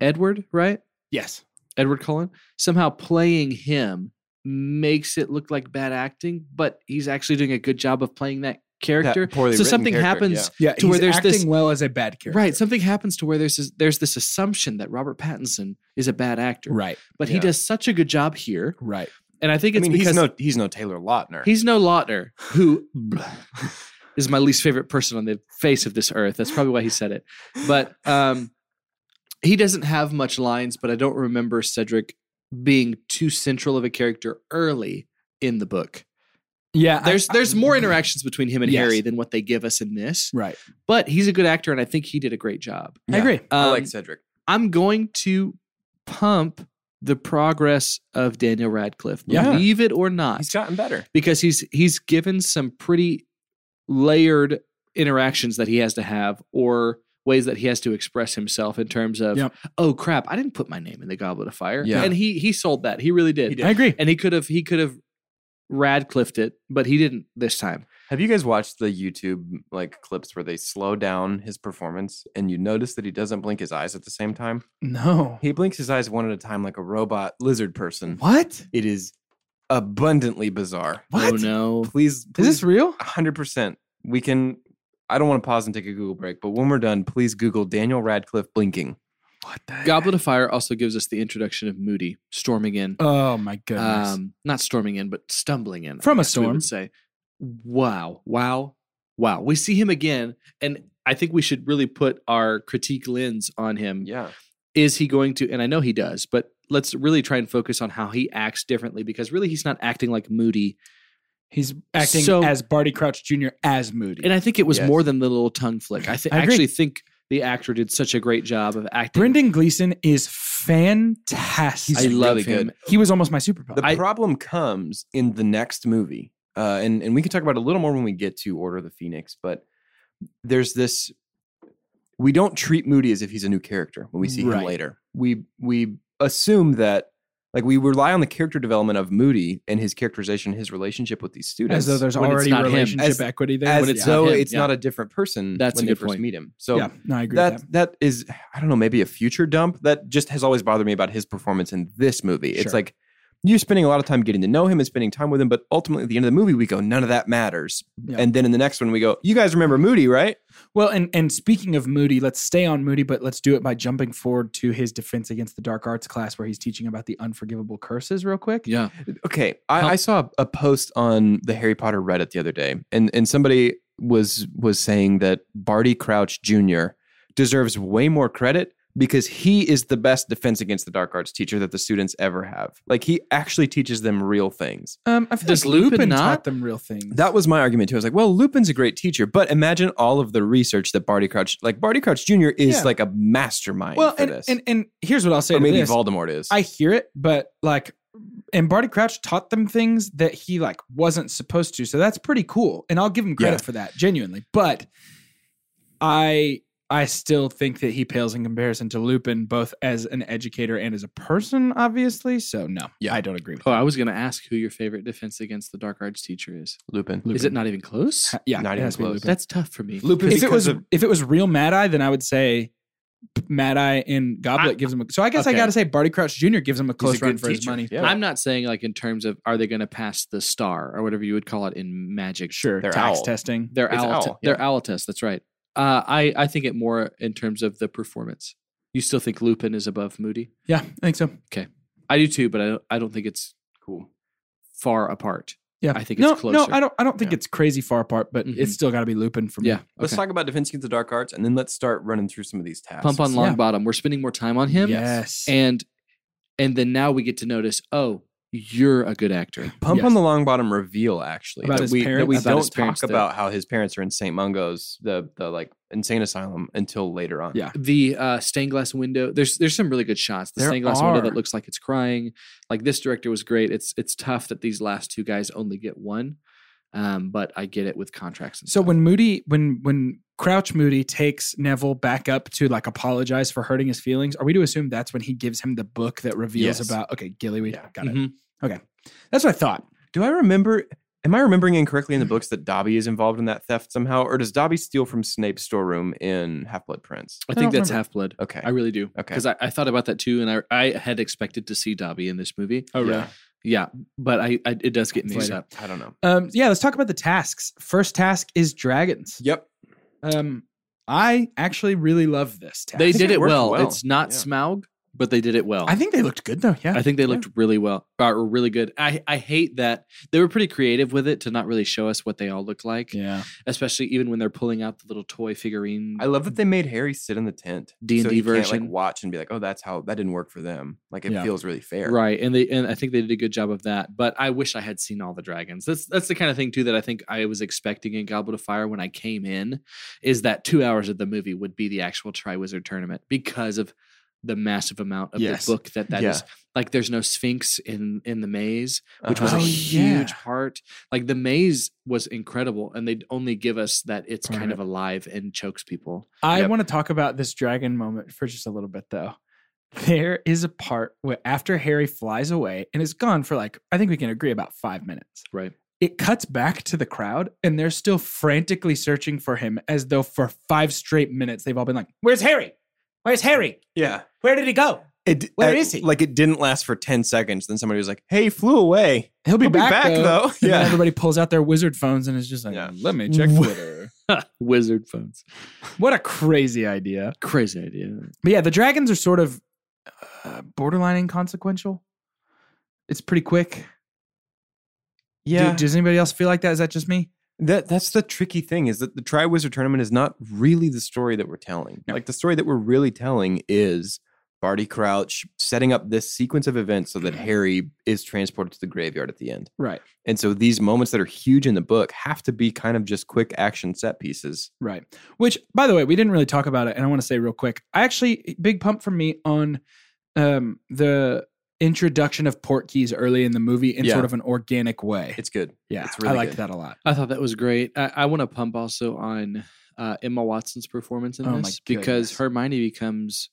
E: Edward, right?
C: Yes.
E: Edward Cullen, somehow playing him makes it look like bad acting, but he's actually doing a good job of playing that character.
B: poorly
E: so
B: written
E: something
B: character,
E: happens
B: yeah.
C: Yeah,
E: to where
C: he's
E: there's
C: acting
E: this-
C: well as a bad character.
E: Right. Something happens to where there's this, there's this assumption that Robert Pattinson is a bad actor,
C: Right.
E: but he
B: Yeah.
E: does such a good job here
C: Right.
E: And I think
B: I
E: it's
B: mean,
E: because
B: he's no he's no Taylor Lautner.
E: He's no Lautner, who is my least favorite person on the face of this earth. That's probably why he said it. But um, he doesn't have much lines, but I don't remember Cedric being too central of a character early in the book.
C: Yeah,
E: There's there's more interactions between him and
C: Yes.
E: Harry than what they give us in this.
C: Right.
E: But he's a good actor, and I think he did a great job.
C: I agree.
B: I
E: Um,
B: like Cedric.
E: I'm going to pump the progress of Daniel Radcliffe,
C: Yeah.
E: believe it or not,
B: He's gotten better.
E: because he's he's given some pretty layered interactions that he has to have or ways that he has to express himself in terms of
C: Yep.
E: oh crap i didn't put my name in the goblet of fire
B: Yeah.
E: and he he sold that he really did,
B: He did.
C: I agree.
E: and he could have he could have radcliffed it but he didn't this time
B: Have you guys watched the YouTube like clips where they slow down his performance and you notice that he doesn't blink his eyes at the same time?
C: No.
B: He blinks his eyes one at a time like a robot lizard person.
C: What?
B: It is abundantly bizarre.
E: oh no
B: Please,
C: Is this
B: please
C: real?
B: hundred percent. We can. I don't want to pause and take a Google break, but when we're done, please Google Daniel Radcliffe blinking.
C: What the
E: goblet of fire also gives us the introduction of moody storming in
C: Oh my goodness.
E: um not storming in but stumbling in I
C: From a
E: guess we would say wow wow wow we see him again and i think we should really put our critique lens on him
B: Yeah,
E: is he going to and i know he does but let's really try and focus on how he acts differently because really he's not acting like moody
C: He's acting
E: So-
C: as Barty Crouch Jr. as Moody.
E: and i think it was
B: Yes.
E: more than the little tongue flick i, th-
C: I agree.
E: actually think the actor did such a great job of acting
C: Brendan Gleeson is fantastic.
E: i love
B: really
E: him
B: good.
C: He was almost my super pup.
B: the problem comes in the next movie, uh, and and we can talk about it a little more when we get to Order of the Phoenix. But there's this. We don't treat Moody as if he's a new character when we see
C: Right.
B: him later. We we assume that like we rely on the character development of Moody and his characterization, his relationship with these students,
C: as though there's
E: when it's
C: already
E: not him.
C: relationship
B: As-
C: equity there.
B: as
E: when it's not
B: though
E: him,
B: it's
E: yeah.
B: not a different person.
E: That's
B: when
E: a
B: they
E: good
B: first
E: point.
B: Meet him. So
C: yeah, no, I agree with
B: that
C: that.
B: that is I don't know maybe a future dump that just has always bothered me about his performance in this movie.
C: Sure.
B: It's like you're spending a lot of time getting to know him and spending time with him, but ultimately at the end of the movie we go none of that matters.
C: Yeah.
B: And then in the next one we go, you guys remember Moody, right?
C: Well, and and speaking of Moody, let's stay on Moody, but let's do it by jumping forward to his defense against the dark arts class, where he's teaching about the unforgivable curses, real quick.
E: yeah
B: Okay, I,
E: How-
B: I saw a post on the Harry Potter Reddit the other day, and and somebody was was saying that Barty Crouch Jr. deserves way more credit because he is the best defense against the dark arts teacher that the students ever have. Like he actually teaches them real things.
C: Um, I feel
E: Does
C: like Lupin,
E: Lupin
C: taught
E: not?
C: them real things.
B: That was my argument too. I was like, well, Lupin's a great teacher, but imagine all of the research that Barty Crouch, like Barty Crouch Jr. is
C: Yeah.
B: like a mastermind
C: well,
B: for
C: and,
B: this.
C: and and here's what I'll say
B: or
C: to
B: maybe
C: this.
B: Voldemort is.
C: I hear it, but like, and Barty Crouch taught them things that he like wasn't supposed to. So that's pretty cool, and I'll give him credit
B: Yeah.
C: for that, genuinely. But I I still think that he pales in comparison to Lupin, both as an educator and as a person, obviously. So no,
B: Yeah.
C: I don't agree with.
E: oh i was going to ask who your favorite defense against the dark arts teacher is
B: Lupin.
E: is it not even close
C: that. Yeah,
B: Not
C: it
B: even
C: has to be
B: close.
C: Lupin.
E: that's tough for me
B: Lupin
C: if it
B: because
C: was
B: of-
C: if it was real Mad Eye, then I would say Mad Eye and Goblet
E: I-
C: gives him. A, so I guess I
E: okay.
C: got to say Barty Crouch Jr. gives him a close
B: good
C: run for his
B: teacher.
C: money.
B: Yeah.
E: I'm not saying like in terms of are they going to pass the star or whatever you would call it in magic.
C: Sure,
B: They're
C: tax
B: owl.
C: testing.
E: They're
B: It's
E: owl.
B: owl,
E: te-
B: yeah.
E: They're owl test. That's right. Uh, I I think it more in terms of the performance. You still think Lupin is above Moody?
C: Yeah, I think so.
E: I do too, but I don't, I don't think it's
B: cool.
E: far apart.
C: Yeah,
E: I think
C: no,
E: it's
C: No,
E: closer.
C: I don't. I don't think
B: Yeah.
C: it's crazy far apart, but
E: Mhm.
C: it's still got to be Lupin for me.
E: Yeah.
B: Let's
E: okay.
B: talk about defense against the dark arts, and then let's start running through some of these tasks.
E: Pump on
C: Yeah.
E: Longbottom. We're spending more time on him.
C: Yes.
E: And and then now we get to notice. Oh, you're a good actor.
B: Pump
C: Yes.
B: on the long bottom reveal actually
C: About
B: that
C: his
B: we that we
C: parents?
E: About his
B: don't
E: parents,
B: talk
E: that-
B: about how his parents are in St. Mungo's the the like insane asylum until later on.
C: Yeah.
E: the uh, stained glass window. There's there's some really good shots. The
C: There
E: stained glass window
C: are.
E: that looks like it's crying. Like this director was great. It's it's tough that these last two guys only get one, um, but I get it with contracts. And
C: so
E: stuff.
C: when Moody, when when Crouch Moody takes Neville back up to like apologize for hurting his feelings, are we to assume that's when he gives him the book that reveals
B: Yes.
C: about? Okay, Gillyweed. Got it.
E: Mhm.
C: That's what I thought.
B: Do I remember am I remembering incorrectly in the books that Dobby is involved in that theft somehow? Or does Dobby steal from Snape's storeroom in Half Blood Prince?
E: I
C: I
E: think
C: don't
E: that's
C: remember.
E: Half Blood.
B: Okay.
E: I really do.
B: Okay.
E: Because I, I thought about that too, and I I had expected to see Dobby in this movie.
C: Oh,
B: Yeah.
C: really?
E: Yeah, but I, I it does get
C: It's
E: mixed
C: later.
E: up.
B: I don't know.
C: Um, yeah. Let's talk about the tasks. First task is dragons.
B: Yep.
C: Um, I actually really love this task.
E: They
B: think
E: did
B: it
E: it
B: worked
E: well.
B: well.
E: It's not
B: Yeah.
E: Smaug. but they did it well.
C: I think they looked good though. Yeah,
E: I think they looked really well, uh, or really good. I, I hate that they were pretty creative with it to not really show us what they all look like,
C: Yeah.
E: especially even when they're pulling out the little toy figurine.
B: I love that they made Harry sit in the tent.
E: D&D
B: so he Can't,
E: version.
B: like watch and be like, oh, that's how that didn't work for them. Like it
E: Yeah.
B: feels really fair.
E: Right, and they and I think they did a good job of that. But I wish I had seen all the dragons. That's that's the kind of thing too that I think I was expecting in Goblet of Fire when I came in, is that two hours of the movie would be the actual Triwizard tournament because of the massive amount of
C: Yes.
E: the book that that is.
B: Yeah.
E: Like there's no Sphinx in in the maze, which was a
B: Uh-huh.
C: Oh,
E: huge
C: yeah.
E: part. Like the maze was incredible, and they'd only give us that it's kind of alive and chokes people.
C: I
B: Yep.
C: want to talk about this dragon moment for just a little bit, though. There is a part where after Harry flies away and is gone for like, I think we can agree about five minutes.
E: Right.
C: It cuts back to the crowd and they're still frantically searching for him as though for five straight minutes they've all been like, Where's Harry? Where's Harry?
B: Yeah.
C: Where did he go?
B: It, d-
C: Where
B: I-
C: is he?
B: Like it didn't last for 10 seconds. Then somebody was like, hey, he flew away.
C: He'll be,
B: He'll be back, though.
C: And then
B: Yeah.
C: Everybody pulls out their wizard phones and is just like,
B: Yeah.
C: Let me check Twitter.
E: Wizard phones,
C: what a crazy idea.
E: crazy idea.
C: But yeah, the dragons are sort of uh, borderline inconsequential. It's pretty quick. Do- does anybody else feel like that? Is that just me?
B: That that's the tricky thing is that the Triwizard Tournament is not really the story that we're telling.
C: No.
B: Like the story that we're really telling is Barty Crouch setting up this sequence of events so that Harry is transported to the graveyard at the end.
C: Right.
B: And so these moments that are huge in the book have to be kind of just quick action set pieces.
C: Right. Which, by the way, we didn't really talk about it, and I want to say real quick. I actually big pump from me on um, the introduction of port keys early in the movie in
B: Yeah.
C: sort of an organic way.
B: It's good.
C: yeah,
B: it's really
C: I liked
B: good.
C: that a lot.
E: I thought that was great. I, I want to pump also on uh, Emma Watson's performance in
C: Oh my
E: this because
C: goodness.
E: Hermione becomes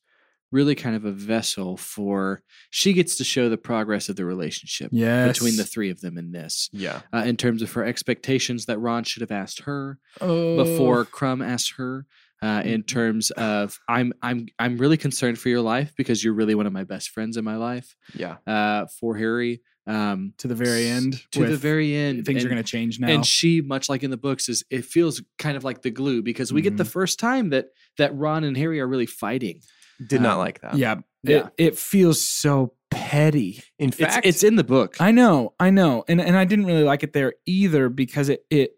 E: really kind of a vessel for she gets to show the progress of the relationship
C: Yes.
E: between the three of them in this
B: Yeah.
E: uh, in terms of her expectations that Ron should have asked her
C: Oh.
E: before Crumb asked her. Uh,
C: Mm-hmm.
E: in terms of, I'm I'm I'm really concerned for your life because you're really one of my best friends in my life.
B: Yeah.
E: Uh, for Harry, um,
C: to the very end.
E: to the
C: with
E: very end,
C: things are
E: and-
C: going to change now.
E: and she much like in the books is it feels kind of like the glue because we
C: Mm-hmm.
E: get the first time that that ron and harry are really fighting
B: Did not
E: Um,
B: like that.
C: yeah,
E: Yeah.
C: It, it feels so petty.
B: In
E: it's,
B: fact,
E: it's in the book
C: I know, I know, and and I didn't really like it there either because it it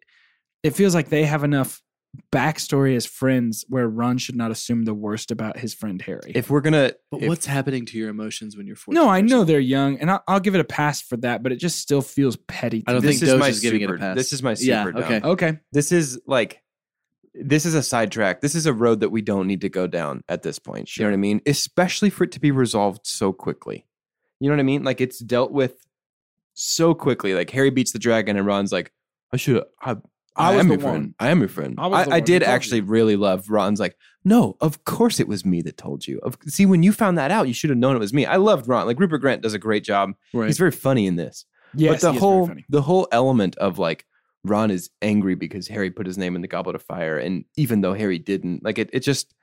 C: it feels like they have enough backstory as friends where Ron should not assume the worst about his friend Harry.
B: if we're gonna
E: but
B: if-
E: what's happening to your emotions when you're 14
C: no, I
E: years
C: know
E: old?
C: they're young, and I'll, I'll give it a pass for that, but it just still feels petty.
E: I don't
C: to me.
E: think Doge
B: my
E: is giving it a
B: super-
E: pass.
B: This is my super
E: Yeah,
B: dumb.
E: okay.
C: okay.
B: this is like this is a sidetrack. This is a road that we don't need to go down at this point. You know what I mean? Especially for it to be resolved so quickly. You know what I mean? Like it's dealt with so quickly. Like Harry beats the dragon, and Ron's like, "I should. I, I,
C: I was
B: am
C: the
B: your friend.
C: one.
B: I am your friend."
C: I was
B: I,
C: the
B: I
C: one who
B: did
C: told you."
B: actually really love Ron's. Like, no, of course it was me that told you. Of, see, when you found that out, you should have known it was me. I loved Ron. Like Rupert Grant does a great job.
E: right
B: He's very funny in this
C: Yes,
B: but
C: he
B: the
C: is very
B: whole
C: funny.
B: the whole element of like Ron is angry because Harry put his name in the Goblet of Fire, and even though Harry didn't, like it, it just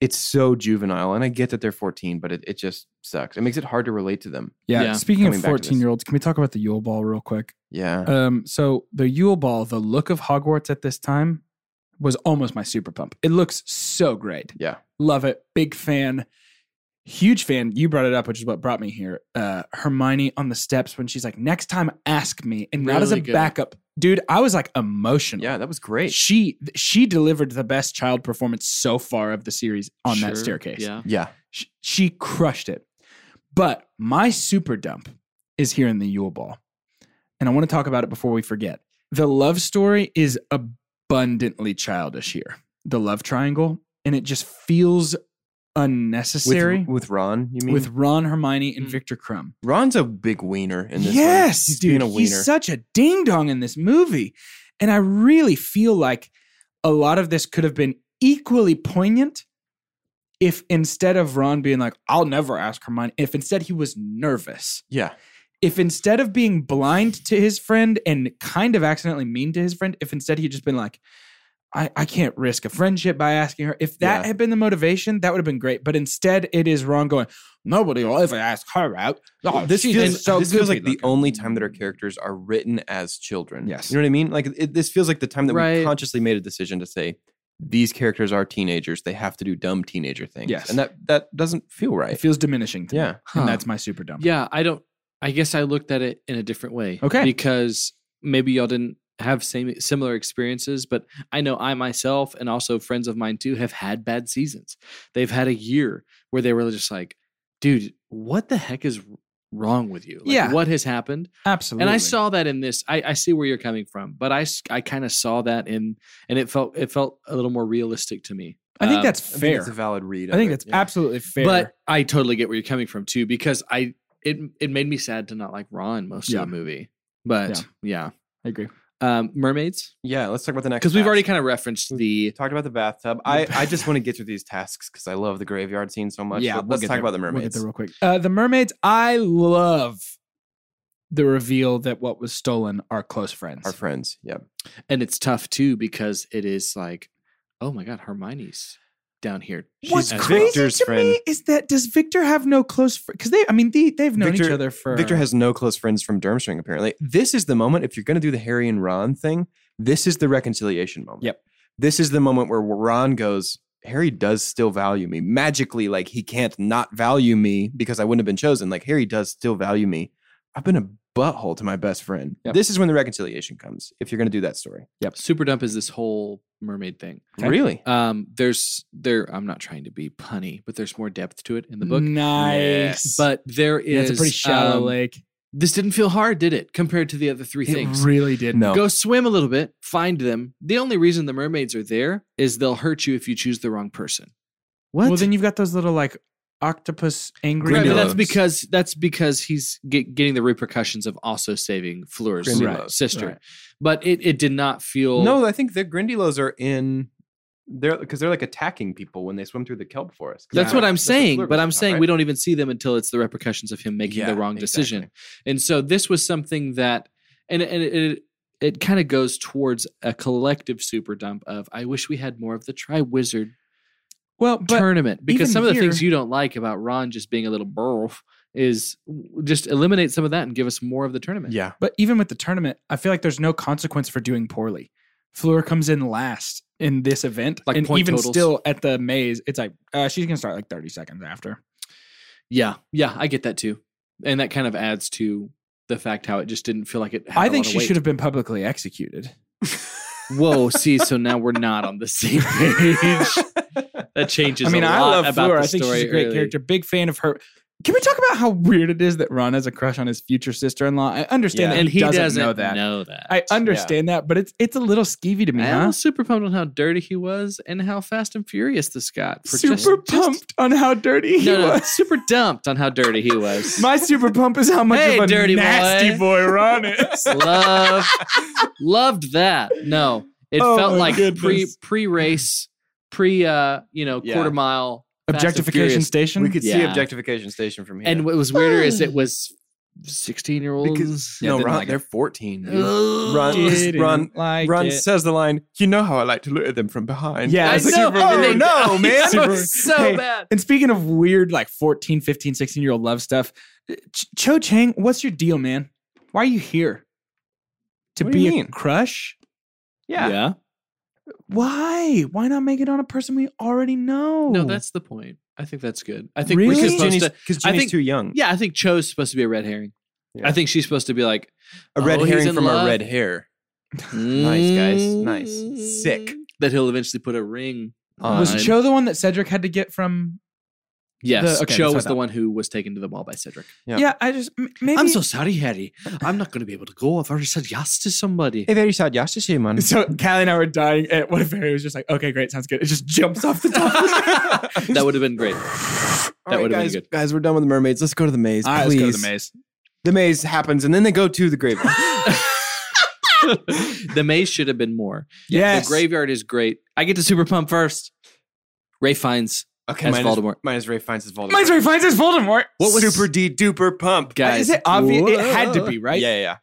B: it's so juvenile. And I get that they're fourteen, but it, it just sucks. It makes it hard to relate to them.
C: Yeah.
E: Yeah.
C: Speaking
B: Coming
C: of
B: back to this.
C: fourteen-year-olds, can we talk about the Yule Ball real quick?
B: Yeah,
C: Um, so the Yule Ball, the look of Hogwarts at this time was almost my super pump. It looks so great.
B: Yeah.
C: Love it. Big fan. Huge fan. You brought it up, which is what brought me here. Uh, Hermione on the steps when she's like, next time ask me. And not as a
E: Really good.
C: backup. Dude, I was like emotional.
B: yeah, that was great.
C: She she delivered the best child performance so far of the series on that
E: Sure,
C: staircase
E: yeah
B: Yeah,
C: she, she crushed it. But my super dump is here in the Yule Ball. And I want to talk about it before we forget. The love story is abundantly childish here. The love triangle, and it just feels unnecessary
B: with,
C: with,
B: with Ron, you mean?
C: Ron, Hermione, and
E: Mm.
C: Victor Crumb.
B: Ron's a big wiener in this. one.
C: Yes,
B: he's
C: dude,
B: being a wiener.
C: he's such a ding dong in this movie, and I really feel like a lot of this could have been equally poignant if instead of Ron being like, "I'll never ask Hermione," if instead he was nervous,
B: yeah,
C: if instead of being blind to his friend and kind of accidentally mean to his friend, if instead he had just been like. I, I can't risk a friendship by asking her. If that
B: Yeah.
C: had been the motivation, that would have been great. But instead, it is Ron going, nobody will ever ask her out. Oh,
B: this
C: she's
B: feels,
C: so
B: this feels like the
C: goofy-looking."
B: only time that our characters are written as children.
C: Yes.
B: you know what I mean. Like it, this feels like the time that
E: Right.
B: we consciously made a decision to say these characters are teenagers. They have to do dumb teenager things.
C: Yes.
B: And that, that doesn't feel right.
C: It feels diminishing to me.
B: yeah.
E: Huh.
C: And that's my super dumb.
E: Yeah, I don't. I guess I looked at it in a different way.
C: Okay.
E: because maybe y'all didn't have same similar experiences, but I know I myself and also friends of mine too have had bad seasons. They've had a year where they were just like, "Dude, what the heck is wrong with you? Like,
C: Yeah.
E: what has happened?"
C: Absolutely.
E: And I saw that in this. I, I see where you're coming from, but I s- I kind of saw that in, and it felt it felt a little more realistic to me.
C: I think
E: Um,
C: that's
B: I
C: fair.
B: think it's a valid read.
C: I
B: of
C: think
B: it,
C: that's
B: yeah.
C: absolutely fair.
E: But I totally get where you're coming from too, because I it it made me sad to not like Ron most
C: Yeah.
E: of the movie. But yeah,
C: I agree.
E: Um, mermaids
B: Yeah. Let's talk about the next.
E: because we've already
B: task.
E: kind of referenced the
B: talked about the bathtub.
E: The
B: I, I
E: bathtub.
B: just want to get through these tasks because I love the graveyard scene so much.
C: Yeah,
B: Let-
C: we'll
B: let's
C: get
B: talk
C: there.
B: about the
C: We'll get
B: mermaids.
C: there real quick. Uh, the mermaids, I love the reveal that what was stolen are close friends.
B: Our friends. Yep.
E: and it's tough too because it is like, oh my god, Hermione's down here.
C: What's
E: She's-
C: crazy
B: Victor's
C: to
B: friend.
C: me is that does Victor have no close friends? Because they, I mean, they, they've known each
B: Victor-
C: other for.
B: Victor has no close friends from Durmstrang, apparently. This is the moment, if you're going to do the Harry and Ron thing, this is the reconciliation moment.
C: Yep.
B: This is the moment where Ron goes, Harry does still value me. Magically, like he can't not value me because I wouldn't have been chosen. Like Harry does still value me. I've been a butthole to my best friend.
C: Yep.
B: This is when the reconciliation comes, if you're going to do that story.
E: Super dump is this whole mermaid thing.
C: Okay.
B: Really?
E: Um, there's there. I'm not trying to be punny, but there's more depth to it in the book.
C: Nice.
E: But there is
C: yeah, it's a pretty shallow
E: um,
C: lake.
E: This didn't feel hard, did it? Compared to the other three things,
C: It really did.
B: No.
E: Go swim a little bit, find them. The only reason the mermaids are there is they'll hurt you if you choose the wrong person. What?
C: Well, then you've got those little like octopus angry.
E: right, but that's
B: Grindelows.
E: because that's because he's get, getting the repercussions of also saving Fleur's uh,
B: Grindelows.
E: sister.
C: Right.
E: But it, it did not feel
B: No, I think the Grindylows are in they're because they're like attacking people when they swim through the kelp forest. 'Cause
E: That's
B: that's
E: what I'm
B: that's
E: saying,
B: Fleur
E: but
B: was
E: I'm
B: about,
E: saying
B: right?
E: we don't even see them until it's the repercussions of him making
B: Yeah,
E: the wrong decision.
B: exactly.
E: And so this was something that, and and it it, it kind of goes towards a collective super dump of I wish we had more of the Tri Wizard
C: Well, but
E: tournament because
C: even
E: some of the things
C: here-
E: you don't like about Ron just being a little burf is w- just eliminate some of that and give us more of the tournament.
B: Yeah.
C: But even with the tournament, I feel like there's no consequence for doing poorly. Fleur comes in last in this event,
E: Like
C: and
E: point
C: even
E: totals.
C: still at the maze, it's like uh, she's gonna start like 30 seconds after.
E: yeah, yeah, I get that too, and that kind of adds to the fact how it just didn't feel like it. Had
C: I
E: a
C: think
E: lot of
C: she
E: weight.
C: should have been publicly executed.
E: Whoa, see, so now we're not on the same page. that changes.
C: I mean,
E: a
C: I
E: lot
C: love
E: about
C: Fleur.
E: the
C: I think she's a
E: story
C: great
E: early.
C: character. Big fan of her. Can we talk about how weird it is that Ron has a crush on his future sister-in-law? I understand
B: Yeah.
C: that
E: and he doesn't,
C: know that.
E: Know that.
C: I understand that, but it's it's a little skeevy to me.
E: I
C: huh?
E: was super pumped on how dirty he was and how fast and furious this got. for
C: Super
E: just- just-
C: pumped on how dirty he
E: no, no,
C: was.
E: super dumped on how dirty he was.
C: My super pump is how much
E: Hey,
C: of a
E: dirty
C: nasty
E: boy.
C: boy Ron is.
E: love loved that no it
C: Oh
E: felt
C: my
E: like pre
C: goodness.
E: pre race pre uh you know
B: Yeah.
E: quarter mile Fast and
C: Objectification
E: Furious.
C: station.
B: We could see
E: Yeah.
B: objectification station from here.
E: and what was weirder is it was 16 year olds
B: because
C: Yeah,
B: no,
C: didn't
B: Ron,
C: like it.
B: they're 14. dude.
E: Ron,
B: Didn't Ron-
C: like
B: Ron says the line, "You know how I like to look at them from behind."
C: Yeah,
B: I
E: I
B: was like,
E: know,
B: "Oh
E: and they-
B: no, man!"
E: That
C: Super-
E: was so
C: Hey,
E: bad
C: And speaking of weird, like 14, 15, 16 year old love stuff, uh, Ch- Cho Chang, what's your deal, man? Why are you here? To
B: What do
C: be
B: you
C: a
B: mean?
C: crush?
B: Yeah.
C: Why? Why not make it on a person we already know?
E: no that's the point i think that's good i think
C: Really?
E: we're
B: because
E: supposed
B: Jenny's,
E: to
B: 'cause
E: I
B: Jenny's
E: think-
B: too young.
E: yeah i think cho's supposed to be a red herring
B: Yeah.
E: i think she's supposed to be like
B: a red
E: Oh, he's
B: herring
E: in
B: from
E: love.
B: a red hair. Nice, guys. Nice.
E: "Mm,"
B: Sick.
E: that he'll eventually put a ring on
C: Was Cho the one that Cedric had to get from?
E: yes
C: the- okay,
E: cho
C: that's what I
E: was the
C: thought.
E: one who was taken to the mall by cedric
B: Yeah.
C: Yeah, I just m- maybe.
E: I'm so sorry, Harry. I'm not going to be able to go. I've already said yes to somebody.
B: very sad, Yasha man.
C: So Callie and I were dying. At what if Harry was just like, "Okay, great, sounds good." It just jumps off the top.
E: That would have been great.
B: All right,
E: would've been
B: guys,
E: good.
B: Guys, we're done with the mermaids. Let's go to the maze,
C: All right, let's
B: please.
C: go to the maze.
B: The maze happens, and then they go to the grave.
E: the maze should have been more.
C: Yes.
E: The graveyard is great. I get to super pump first. Ray finds
B: okay,
E: As
B: minus,
E: Voldemort.
B: minus Ray finds his Voldemort.
C: Mine's where he finds his Voldemort.
B: what was super d duper pump?
E: guys.
C: Is it obvious? It had to be, right?
B: Yeah, yeah.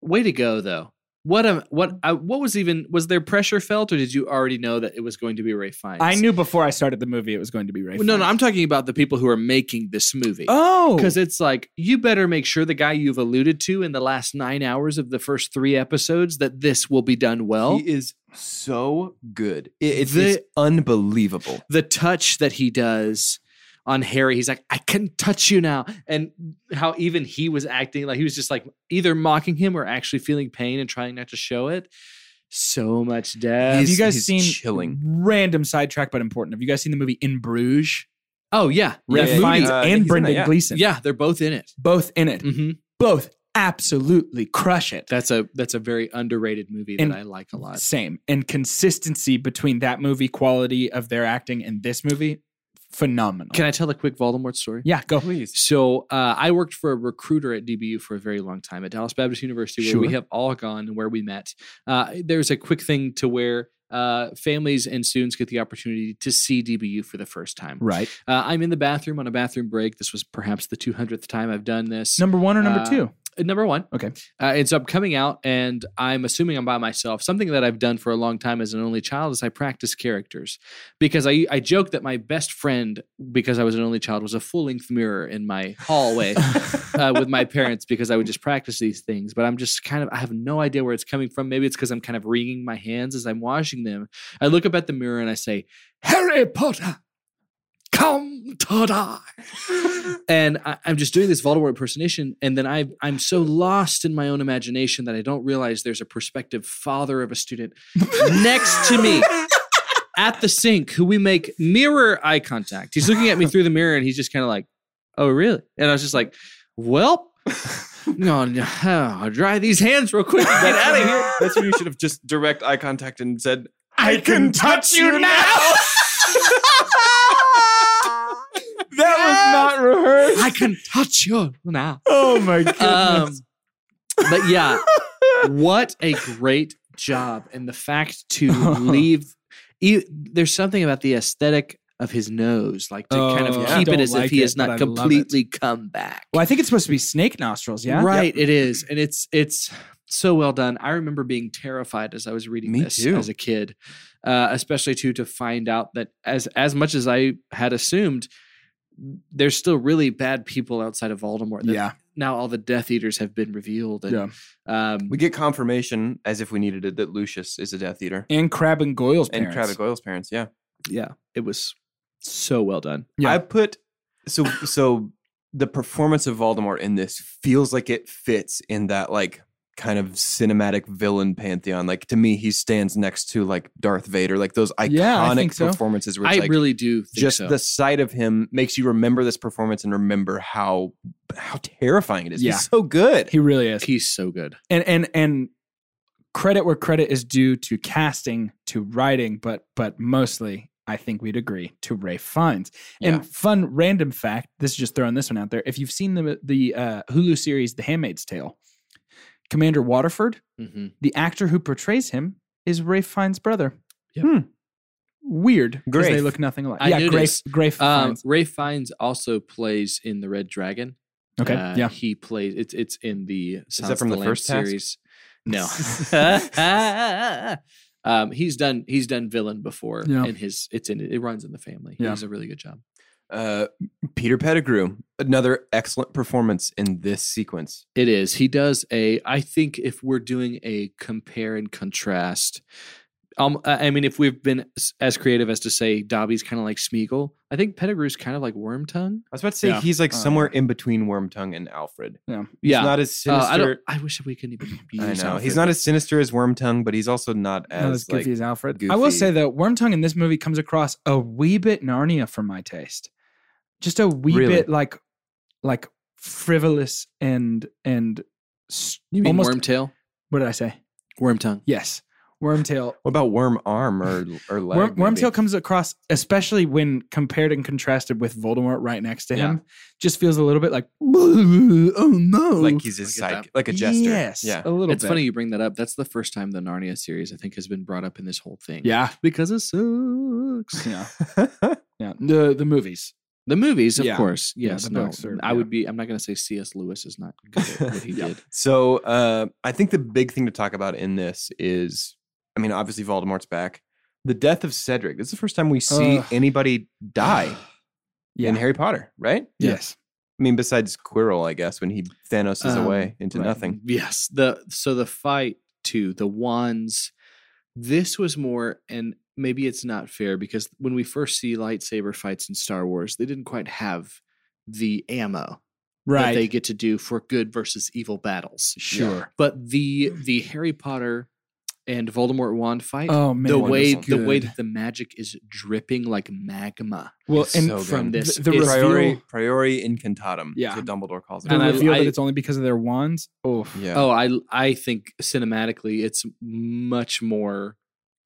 E: Way to go, though. What a what I, what was even was there pressure felt or did you already know that it was going to be Ray Fiennes?
C: I knew before I started the movie it was going to be Ray.
E: Well, no, no, I'm talking about the people who are making this movie.
C: Oh,
E: Because it's like, you better make sure the guy you've alluded to in the last nine hours of the first three episodes that this will be done well.
B: he is so good. It- it's,
E: The-
B: it's unbelievable.
E: the touch that he does on Harry, he's like, I can touch you now. And how even he was acting like he was just like either mocking him or actually feeling pain and trying not to show it. So much depth.
C: have you guys
B: he's
C: seen
B: chilling.
C: random sidetrack but important? Have you guys seen the movie In Bruges?
E: oh, yeah.
C: Ray
E: Yeah, yeah,
C: Fiennes
B: Uh, I think he's in
C: and
B: that,
C: Brendan
B: yeah.
C: Gleeson,
E: yeah, they're both in it.
C: both in it.
E: hmm
C: Both absolutely crush it.
E: That's a that's a very underrated movie that
C: And-
E: I like a lot.
C: Same and consistency between that movie quality of their acting and this movie, phenomenal.
E: Can I tell a quick Voldemort story?
C: yeah, go.
B: Please.
E: So uh, I worked for a recruiter at DBU for a very long time at Dallas Baptist University, where we
C: Sure.
E: have all gone and where we met. Uh, there's a quick thing to where uh, families and students get the opportunity to see DBU for the first time.
C: Right.
E: Uh, I'm in the bathroom on a bathroom break. This was perhaps the 200th time I've done this.
C: Number one or number
E: Uh,
C: two?
E: Uh, Number one.
C: Okay.
E: Uh, and so I'm coming out and I'm assuming I'm by myself. Something that I've done for a long time as an only child is I practice characters because I, I joke that my best friend, because I was an only child, was a full length mirror in my hallway uh, with my parents because I would just practice these things. But I'm just kind of, I have no idea where it's coming from. Maybe it's because I'm kind of wringing my hands as I'm washing them. I look up at the mirror and I say, Harry Potter, come to die. and I, I'm just doing this Voldemort impersonation. And then I, I'm so lost in my own imagination that I don't realize there's a prospective father of a student next to me at the sink who we make mirror eye contact. He's looking at me through the mirror and he's just kind of like, oh, really? And I was just like, well, no, no, I'll dry these hands real quick and get out of here.
B: That's when you should have just direct eye contact and said,
D: I can touch you now.
C: That was not rehearsed.
E: I can touch you now.
C: Oh my goodness.
E: Um, but yeah, what a great job. And the fact to leave, e- there's something about the aesthetic of his nose, like to kind of
C: Oh,
B: yeah.
E: keep
C: Don't
E: it as if
C: like
E: he
C: it,
E: has
C: but I
E: not
C: love it.
E: completely come back.
C: well, I think it's supposed to be snake nostrils, yeah?
E: Right, it is. And it's it's so well done. I remember being terrified as I was reading
B: Me
E: this
B: too.
E: as a kid, uh, especially too to find out that as as much as I had assumed, there's still really bad people outside of Voldemort. that
C: Yeah.
E: Now all the Death Eaters have been revealed, and um,
B: We get confirmation as if we needed it that Lucius is a Death Eater.
C: And Crab and Goyle's
B: And
C: parents.
B: Travis Goyle's parents, yeah.
E: yeah, it was so well done.
C: Yeah.
B: I put so so the performance of Voldemort in this feels like it fits in that like kind of cinematic villain pantheon. Like to me, he stands next to like Darth Vader, like those iconic
C: Yeah, I think so.
B: performances where
E: I
B: it's like
E: really do think
B: just
E: so.
B: the sight of him makes you remember this performance and remember how how terrifying it is.
C: Yeah.
B: He's so good.
C: He really is.
E: He's so good.
C: and and and credit where credit is due to casting, to writing, but but mostly I think we'd agree to Ray Fiennes.
B: Yeah.
C: And fun random fact, this is just throwing this one out there. If you've seen the the uh, Hulu series The Handmaid's Tale, Commander Waterford,
E: hmm
C: the actor who portrays him is Ray Fiennes' brother.
E: Yep.
C: Hmm. Weird, because they
B: Grafe.
C: look nothing alike.
E: I
C: yeah,
E: knew
C: Grafe,
E: this.
C: Grafe
E: Um,
C: Fiennes.
E: Ray Fiennes also plays in the Red Dragon.
C: Okay,
E: Uh,
C: yeah.
E: He plays it's it's in the Silence of
B: from the
E: Lambs
B: first task?
E: series. No. um he's done he's done villain before
C: Yeah.
E: and his it's in it runs in the family. He
C: Yeah.
E: does a really good job.
B: Uh, Peter Pettigrew, another excellent performance in this sequence.
E: It is. He does a I think if we're doing a compare and contrast um, I I mean, if we've been s- as creative as to say Dobby's kind of like Smeagol, I think Pettigrew's kind of like Wormtongue.
B: I was about to say
C: Yeah.
B: he's like
C: Uh,
B: somewhere in between Wormtongue and Alfred. He's
E: Yeah,
B: not as
E: Uh,
B: sinister.
E: I don't. I wish we could even.
B: I
E: use
B: know. He's
E: Alfred.
B: not as sinister as Wormtongue, but he's also not as,
C: Not as Oh, goofy
B: like,
C: as Alfred. I will
B: goofy.
C: say though, Wormtongue in this movie comes across a wee bit Narnia for my taste. Just a wee
B: Really?
C: bit like, like frivolous and and s-
E: You mean
C: almost.
E: Wormtail?
C: What did I say?
E: Wormtongue.
C: Yes, Wormtail.
B: What about Worm Arm or or leg,
C: Worm,
B: maybe?
C: Wormtail comes across, especially when compared and contrasted with Voldemort right next to
E: Yeah.
C: him, just feels a little bit like oh no,
B: like he's a
E: I get
B: psych,
E: that.
B: like a jester.
C: Yes,
B: Yeah.
C: a little.
E: It's
C: bit.
E: funny you bring that up. That's the first time the Narnia series, I think, has been brought up in this whole thing.
C: Yeah,
E: Because it sucks.
C: yeah, yeah. The the movies.
E: The movies, of
B: Yeah.
E: course.
B: Yeah,
E: Yes,
B: the
E: no.
B: books are-
E: I
B: yeah.
E: would be. I'm not going to say C.S. Lewis is not good at what he did.
B: So uh, I think the big thing to talk about in this is, I mean, obviously Voldemort's back. The death of Cedric. This is the first time we see
C: Ugh.
B: anybody die
C: Yeah.
B: in Harry Potter, right?
C: yes.
B: I mean, besides Quirrell, I guess, when he Thanos is
E: Um,
B: away into
C: right.
B: nothing.
E: Yes. The so the fight to the wands. This was more, and maybe it's not fair because when we first see lightsaber fights in Star Wars, they didn't quite have the ammo that
C: Right.
E: they get to do for good versus evil battles.
C: sure.
E: But the
B: Hmm.
E: the Harry Potter and Voldemort wand fight,
C: Oh man.
E: the way
B: wonderful.
E: the way
C: Good.
E: that the magic is dripping like magma.
C: well,
B: It's
C: and
B: so
E: from
B: good.
E: this
C: the, the
E: is-
C: reveal,
B: priori priori incantatum.
C: Yeah.
B: so Dumbledore calls it.
C: the
E: And I-
C: reveal
E: I-
C: that it's only because of their wands. Oh,
B: yeah.
E: Oh, I I think cinematically it's much more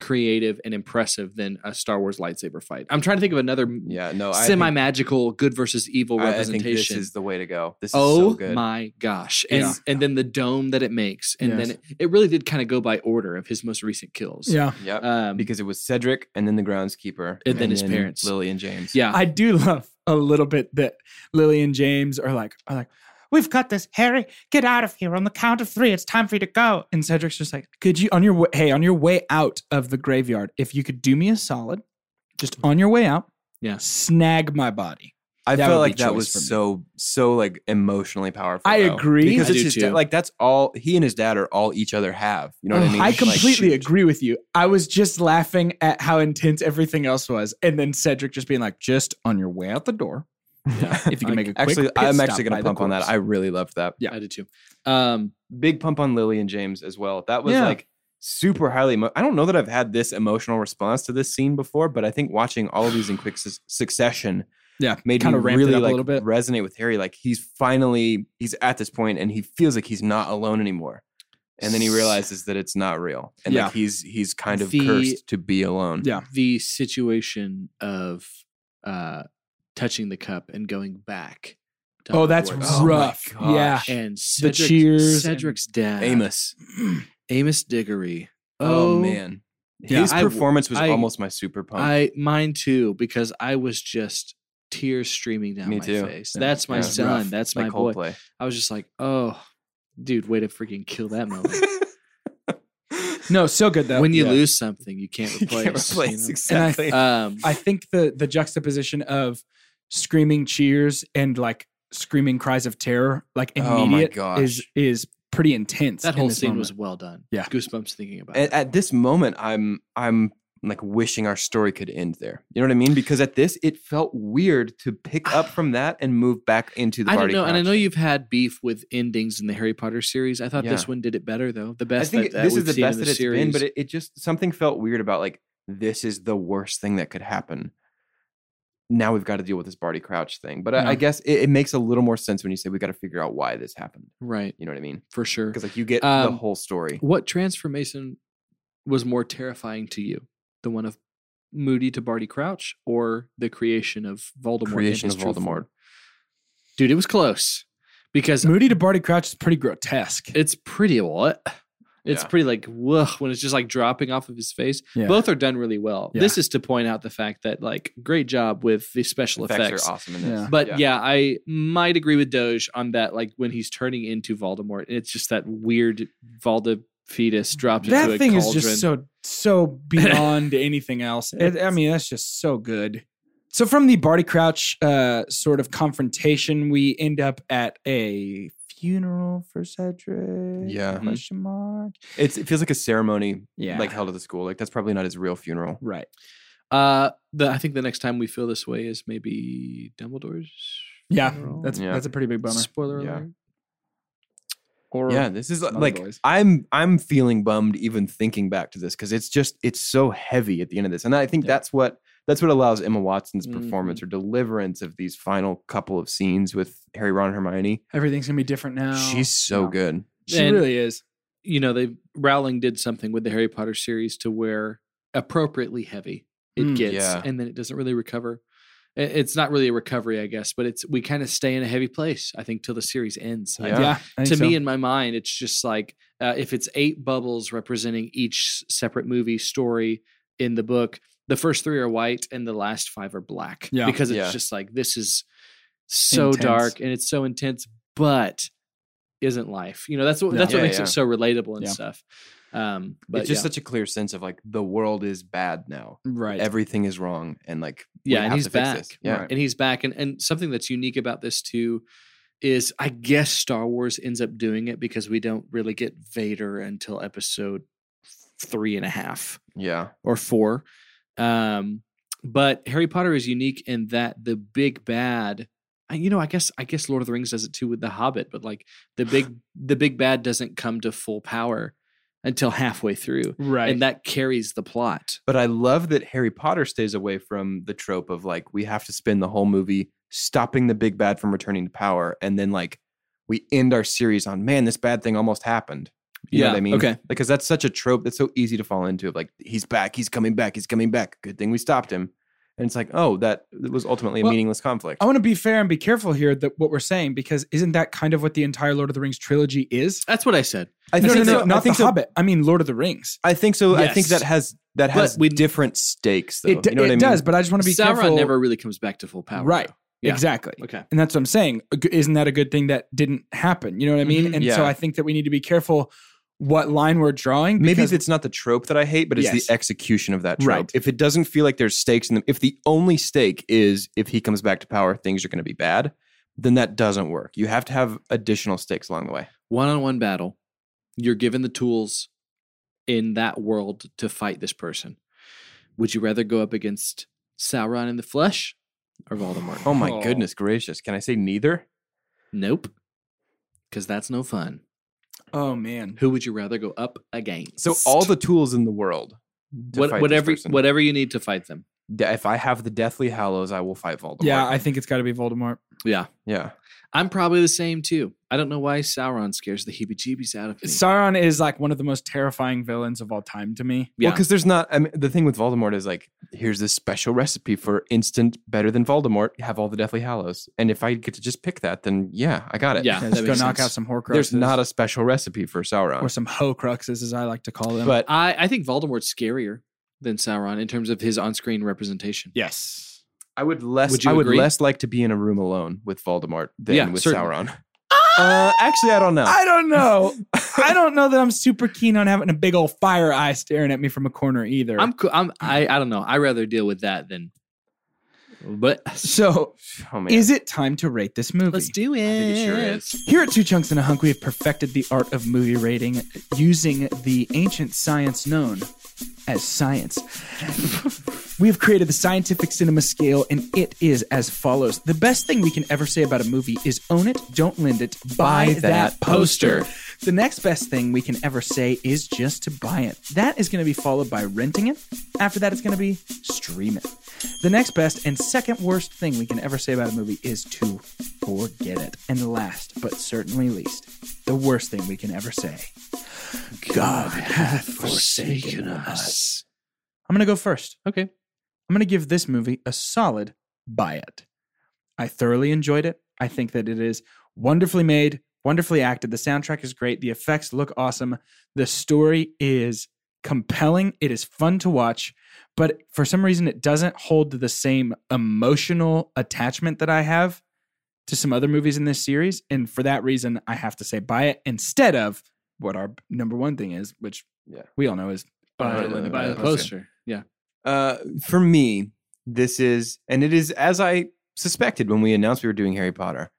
E: creative and impressive than a Star Wars lightsaber fight. I'm trying to think of another
B: yeah. No, I
E: semi
B: think-
E: magical good versus evil
B: I, I think this
E: representation.
B: is the way to go. This is
E: oh
B: so good.
E: my gosh. And
C: Yeah.
E: and then the dome that it makes and
C: Yes.
E: then it, it really did kind of go by order of his most recent kills.
C: yeah.
B: Yep.
E: Um
B: because it was Cedric and then the groundskeeper
E: And then his parents.
B: Lily and James.
E: yeah.
C: I do love a little bit that Lily and James are like, are like, we've got this, Harry. Get out of here on the count of three. It's time for you to go. And Cedric's just like, could you on your way, hey, on your way out of the graveyard, if you could do me a solid, just on your way out,
E: Yeah.
C: snag my body.
B: I
C: That
B: felt
C: would be
B: like that
C: choice
B: was
C: for me.
B: so so like emotionally powerful.
C: I
B: though.
C: agree.
B: because
E: I
B: it's
E: do
B: his dad-
E: too.
B: like that's all he and his dad are all each other have. You know what I
C: Ugh,
B: mean?
C: I
B: Like,
C: completely
B: shoot.
C: agree with you. I was just laughing at how intense everything else was, and then Cedric just being like, "Just on your way out the door, yeah, if you can
E: I-
C: make a quick
B: Actually,
C: pit
B: I'm
C: stop
B: actually
C: by
B: gonna
C: the
B: pump on that.
C: corpse."
B: I really loved that.
E: yeah. I did too. Um
B: Big pump on Lily and James as well. That was
C: Yeah.
B: like super highly. Emo- I don't know that I've had this emotional response to this scene before, but I think watching all of these in quick su- succession
C: yeah,
B: made
C: kind
B: me
C: of ramped
B: really
C: it up
B: like
C: a little bit.
B: resonate with Harry. Like he's finally he's at this point and he feels like he's not alone anymore. And then he
E: S-
B: realizes that it's not real, and
C: Yeah.
B: like he's he's kind of
E: The-
B: cursed to be alone.
C: Yeah.
E: the situation of uh touching the cup and going back. to
C: Oh, that's
E: Hogwarts.
B: Oh my
C: rough. yeah,
B: gosh.
E: And Cedric,
C: cheers and-
E: Cedric's dad,
B: Amos.
E: Amos Diggory.
B: Oh, man,
E: Yeah,
B: his oh.
E: I w-
B: performance was
E: I-
B: almost my super pump.
E: I mine too because I was just tears streaming down
B: Me
E: my
B: too.
E: face.
B: Yeah.
E: That's my
B: Yeah.
E: son.
C: Rough.
E: That's
B: like
E: my boy.
B: Coldplay.
E: I was just like, oh, dude, way to freaking kill that moment.
C: no, so good though.
E: when you
B: yeah.
E: lose something, you can't
B: You
E: replace.
B: can't replace
E: you know?
B: exactly.
E: Um,
C: I think the the juxtaposition of screaming cheers and like screaming cries of terror, like
B: Oh my
C: immediate,
B: gosh.
C: is is pretty intense.
E: that
C: in
E: whole
C: this
E: scene was
C: moment.
E: well done.
C: Yeah.
E: goosebumps thinking about
B: at,
E: it.
B: at this moment i'm i'm like wishing our story could end there you know what i mean because at this it felt weird to pick up from that and move back into the
E: I don't
B: party
E: know, and I
B: couch.
E: know you've had beef with endings in the Harry Potter series. I thought
B: Yeah.
E: this one did it better, though. The
B: i
E: best.
B: think
E: that, that
B: this is
E: we've
B: the
E: seen in
B: best that
E: the
B: it's
E: series.
B: been but it, it just something felt weird about like this is the worst thing that could happen now we've got to deal with this Barty Crouch thing, but I,
C: Yeah.
B: I guess it, it makes a little more sense when you say we got to figure out why this happened.
E: right
B: You know what I mean?
E: for sure.
B: Because like you get the
E: Um,
B: whole story.
E: What transformation was more terrifying to you, the one of Moody to Barty Crouch, or the creation of Voldemort? in
B: Creation
E: his
B: of
E: true form?
B: Voldemort.
E: dude. It was close because
C: Moody to Barty Crouch is pretty grotesque.
E: it's pretty what. It's
B: Yeah.
E: pretty like whoa when it's just like dropping off of his face.
C: Yeah.
E: Both are done really well.
C: Yeah.
E: This is to point out the fact that like great job with the special
B: Effects,
E: effects.
B: are awesome in this.
C: Yeah.
E: But yeah. I might agree with Doge on that. Like when he's turning into Voldemort, and it's just that weird Volda fetus dropped into
C: that
E: a
C: thing
E: cauldron.
C: is just so so beyond anything else. It- I mean, that's just so good. So from the Barty Crouch uh, sort of confrontation, we end up at a funeral for Cedric.
B: Yeah.
C: Question mark.
B: It's, it feels like a ceremony,
C: Yeah.
B: like held at the school. Like that's probably not his real funeral.
C: Right.
E: Uh, the, I think the next time we feel this way is maybe Dumbledore's.
C: Yeah.
E: funeral?
C: That's
B: Yeah.
C: that's a pretty big bummer.
E: spoiler
B: Yeah.
E: alert. Or
B: yeah this is
C: some other
B: like
C: boys.
B: i'm i'm feeling bummed even thinking back to this because it's just it's so heavy at the end of this and i think
E: Yeah.
B: that's what that's what allows emma watson's performance
E: Mhm.
B: or deliverance of these final couple of scenes with harry ron and hermione
C: Everything's gonna be different now.
B: she's so
C: No.
B: good
C: She
E: And-
C: really is.
E: you know they Rowling did something with the Harry Potter series to where appropriately heavy it
C: Mm.
E: gets,
B: Yeah.
E: and then it doesn't really recover. I- It's not really a recovery, I guess, but it's we kind of stay in a heavy place. I think till the series ends. I
B: Yeah.
C: Yeah. I
E: to
C: think
E: me
C: so.
E: in my mind it's just like uh, if it's eight bubbles representing each s- separate movie story in the book the first three are white and the last five are black.
C: Yeah.
E: Because it's
B: Yeah.
E: just like this is so
C: Intense.
E: dark and it's so intense, but isn't life. You know, that's what
C: No.
E: that's what
B: Yeah,
E: makes
B: yeah.
E: it so relatable and
C: Yeah.
E: stuff. Um but
B: it's just
E: yeah.
B: such a clear sense of like the world is bad now.
C: Right.
B: Everything is wrong, and like we
E: yeah, and
B: have
E: he's
B: to fix
E: back.
B: this. Yeah,
E: and he's back. And and something that's unique about this too is I guess Star Wars ends up doing it because we don't really get Vader until Episode three and a half
B: yeah,
E: or four. Um, but Harry Potter is unique in that the big bad. I- You know, I guess I guess Lord of the Rings does it too with The Hobbit, but like the big the big bad doesn't come to full power until halfway through,
C: Right.
E: and that carries the plot.
B: But I love that Harry Potter stays away from the trope of like we have to spend the whole movie stopping the big bad from returning to power, and then like we end our series on man, this bad thing almost happened. You know what I mean?
E: Okay.
B: Because that's such a trope that's so easy to fall into of like he's back, he's coming back, he's coming back. Good thing we stopped him. And it's like, oh, that that was ultimately a
C: Well, oh,
B: meaningless conflict.
C: I want to be fair and be careful here that what we're saying because isn't that kind of what the entire Lord of the Rings trilogy is?
E: That's what I said.
B: I
C: no, no, no,
B: I
C: not the
B: think so.
C: Hobbit. I mean Lord of the Rings.
B: I think so. I think
E: Yes.
B: that has that
E: But
B: has
E: we-
B: different stakes, though.
C: it d-
B: you know what
C: it
B: I mean?
C: does, but I just want to be
E: Sauron
C: careful.
E: never really comes back to full power.
C: right.
E: though. Yeah.
C: Exactly.
E: Okay.
C: And that's what I'm saying. A g- Isn't that a good thing that didn't happen? You know what I mean?
E: Mhm.
C: And so
B: Yeah.
C: I think that we need to be careful what line we're drawing.
B: Maybe
C: because-
B: it's not the trope that I hate, but it's
C: Yes.
B: the execution of that trope.
C: Right.
B: If it doesn't feel like there's stakes in them, if the only stake is if he comes back to power, things are going to be bad, then that doesn't work. You have to have additional stakes along the way.
E: one on one battle. You're given the tools in that world to fight this person. Would you rather go up against Sauron in the flesh or Voldemort?
B: Oh my
C: Oh.
B: goodness gracious! Can I say neither?
E: Nope. Because that's no fun.
C: oh man.
E: Who would you rather go up against?
B: So all the tools in the world. to
E: what,
B: fight this
E: whatever
B: person.
E: whatever you need to fight them.
B: De- If I have the Deathly Hallows, I will fight Voldemort.
C: Yeah, I think it's got to be Voldemort.
E: Yeah,
B: yeah.
E: I'm probably the same too. I don't know why Sauron scares the heebie-jeebies out of me.
C: Sauron is like one of the most terrifying villains of all time to me.
E: yeah,
B: Well, because there's not. I mean, the thing with Voldemort is like, here's this special recipe for instant better than Voldemort. Have all the Deathly Hallows, and if I get to just pick that, then yeah, I got it.
E: Yeah,
C: Yeah,
E: that
C: just go
E: makes
C: knock out
E: sense.
C: some Horcruxes.
B: There's not a special recipe for Sauron.
C: or some Horcruxes as I like to call them.
B: but
E: Um, I, I think Voldemort's scarier than Sauron in terms of his on-screen representation.
C: yes,
B: I would less.
E: Would you
B: I would
E: agree?
B: less like to be in a room alone with Voldemort than
E: Yeah,
B: with
E: certainly.
B: Sauron. Uh, actually, I don't know.
C: I don't know. I don't know that I'm super keen on having a big old fire eye staring at me from a corner either.
E: I'm cool. I'm I, I don't know. I rather deal with that than. But
C: so,
B: oh man,
C: is it time to rate this movie?
E: let's do it.
B: think it sure is.
C: Here at Two Chunks and a Hunk, we have perfected the art of movie rating using the ancient science known as science. we have created the scientific cinema scale, and it is as follows The best thing we can ever say about a movie is own it, don't lend it, buy,
B: Buy
C: that,
B: that
C: poster.
B: poster.
C: The next best thing we can ever say is just to buy it. That is going to be followed by renting it. After that, it's going to be stream it. The next best and second worst thing we can ever say about a movie is to forget it. And last, but certainly least, the worst thing we can ever say God hath forsaken us. I'm going to go first.
E: Okay.
C: I'm going to give this movie a solid buy it. I thoroughly enjoyed it. I think that it is wonderfully made, wonderfully acted. The soundtrack is great. The effects look awesome. The story is compelling. It is fun to watch, but for some reason, it doesn't hold the same emotional attachment that I have to some other movies in this series. And for that reason, I have to say buy it instead of what our number one thing is, which
B: Yeah.
C: we all know is buy
B: Buy
C: it.
B: the-
C: Linda,
E: by
C: buy
E: the
C: it.
E: poster. Yeah.
B: Uh, for me, this is, and it is as I suspected when we announced we were doing Harry Potter.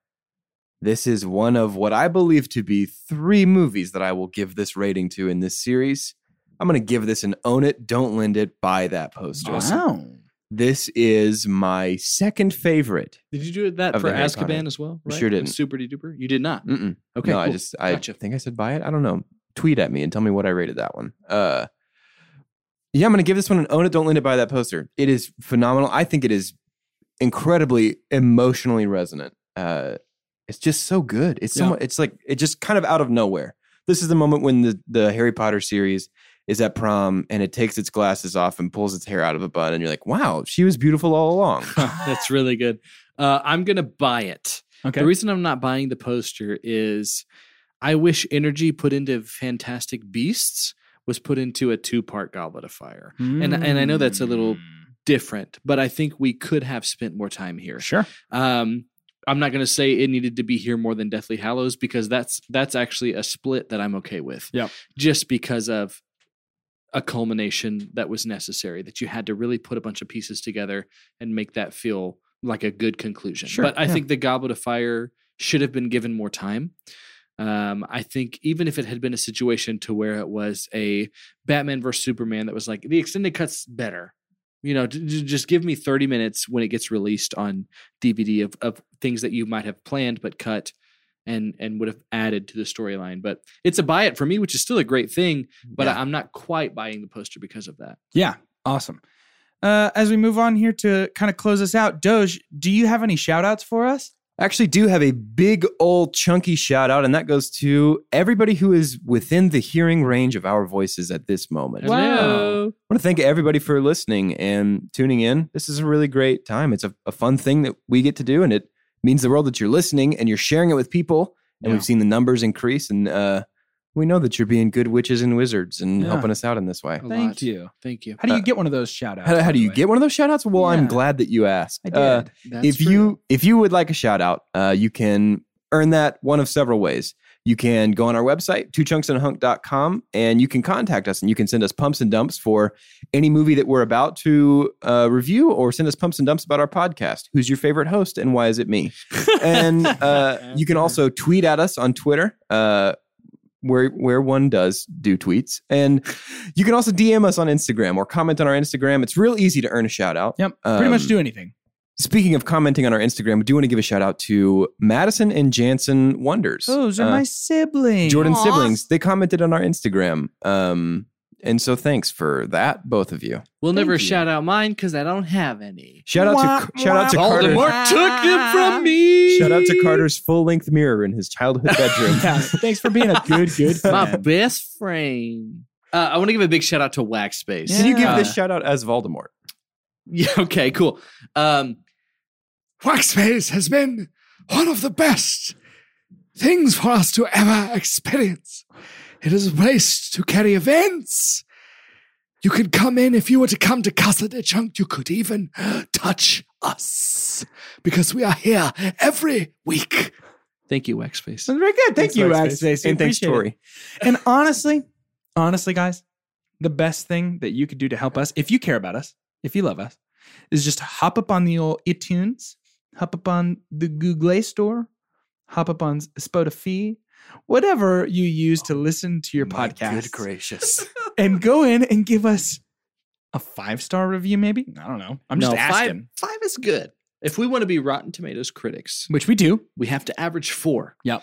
B: This is one of what I believe to be three movies that I will give this rating to in this series. I'm going to give this an own it, don't lend it, buy that poster.
C: Wow.
B: This is my second favorite.
E: Did you do that
B: Of
E: for
B: the Harry
E: Azkaban
B: Potter.
E: as well?
B: We
E: Right?
B: sure
E: With
B: didn't.
E: Super duper. You did not.
B: Mm-mm.
E: Okay.
B: no, I
E: cool.
B: just I
E: Gotcha.
B: think I said buy it. I don't know. Tweet at me and tell me what I rated that one. Uh, yeah, I'm gonna give this one an own it. Don't lend it. Buy that poster. It is phenomenal. I think it is incredibly emotionally resonant. Uh, it's just so good. It's so
E: Yeah.
B: mu- It's like it just kind of out of nowhere. This is the moment when the the Harry Potter series is at prom and it takes its glasses off and pulls its hair out of a bun and you're like, wow, she was beautiful all along.
E: That's really good. Uh, I'm gonna buy it.
C: Okay.
E: The reason I'm not buying the poster is I wish energy put into Fantastic Beasts was put into a two part Goblet of Fire.
C: Hmm.
E: And and I know that's a little different, but I think we could have spent more time here.
C: Sure.
E: Um, I'm not going to say it needed to be here more than Deathly Hallows because that's that's actually a split that I'm okay with.
C: Yep.
E: Just because of a culmination that was necessary that you had to really put a bunch of pieces together and make that feel like a good conclusion.
C: Sure,
E: but I
C: yeah.
E: think the Goblet of Fire should have been given more time. Um, I think even if it had been a situation to where it was a Batman versus Superman that was like the extended cuts better, you know, j- j- just give me 30 minutes when it gets released on DVD of, of things that you might have planned but cut and and would have added to the storyline. But it's a buy it for me, which is still a great thing, but I- I'm not quite buying the poster because of that.
C: Yeah, awesome. Uh, as we move on here to kind of close us out, Doge, do you have any shout outs for us?
B: I actually do have a big old chunky shout out, and that goes to everybody who is within the hearing range of our voices at this moment.
E: Hello.
B: I want to thank everybody for listening and tuning in. This is a really great time. It's a, a fun thing that we get to do, and it means the world that you're listening and you're sharing it with people. And
E: Yeah.
B: we've seen the numbers increase, and uh, we know that you're being good witches and wizards and
C: Yeah.
B: helping us out in this way.
E: A
C: Thank
E: lot.
C: you.
E: Thank you.
C: How do you
B: Uh,
C: get one of those shout outs?
B: How, how do you get one of those shout outs? Well, I'm glad that you asked.
C: I did.
B: Uh,
E: That's
B: if
E: true.
B: you if you would like a shout out, uh, you can earn that one of several ways. You can go on our website, twochunksandahunk.com, and you can contact us and you can send us pumps and dumps for any movie that we're about to uh, review or send us pumps and dumps about our podcast. Who's your favorite host and why is it me? and uh, you can also tweet at us on Twitter. Uh, where where one does do tweets. And you can also DM us on Instagram or comment on our Instagram. It's real easy to earn a shout out.
C: Yep. Pretty much
B: Um,
C: do anything.
B: Speaking of commenting on our Instagram, we do want to give a shout out to Madison and Jansen Wonders.
C: Those are
B: Uh,
C: my siblings.
B: Jordan
F: Aw.
B: siblings. They commented on our Instagram. Um, and so thanks for that, both of you.
E: We'll never
B: Thank you.
E: shout out mine because I don't have any.
B: Shout out to shout out to Carter.
E: Voldemort took them from me.
B: Shout out to Carter's full length mirror in his childhood bedroom.
C: Yeah, thanks for being a good, good
E: my
C: friend.
E: best friend. Uh, I want to give a big shout out to Wax Space.
B: Can you give
E: Uh,
B: this shout out as Voldemort?
E: Yeah. Okay. Cool. Um,
D: Waxface has been one of the best things for us to ever experience. It is a place to carry events. You can come in. If you were to come to Casa de Chunk, you could even touch us because we are here every week.
E: thank you, Wax Space.
C: So very good. Thank
B: Thanks,
C: you,
B: Lexus.
C: Axe Face. We
B: And thanks,
C: appreciate
B: Tori.
C: it. And honestly, honestly, guys, the best thing that you could do to help us, if you care about us, if you love us, is just hop up on the old iTunes, hop up on the Google store, hop up on Spotify, whatever you use to listen to your podcast,
D: gracious.
C: and go in and give us a five star review. Maybe I don't know. I'm just
E: No, five-
C: asking,
E: Five is good. If we want to be Rotten Tomatoes critics,
C: which we do.
E: we have to average four.
C: Yep.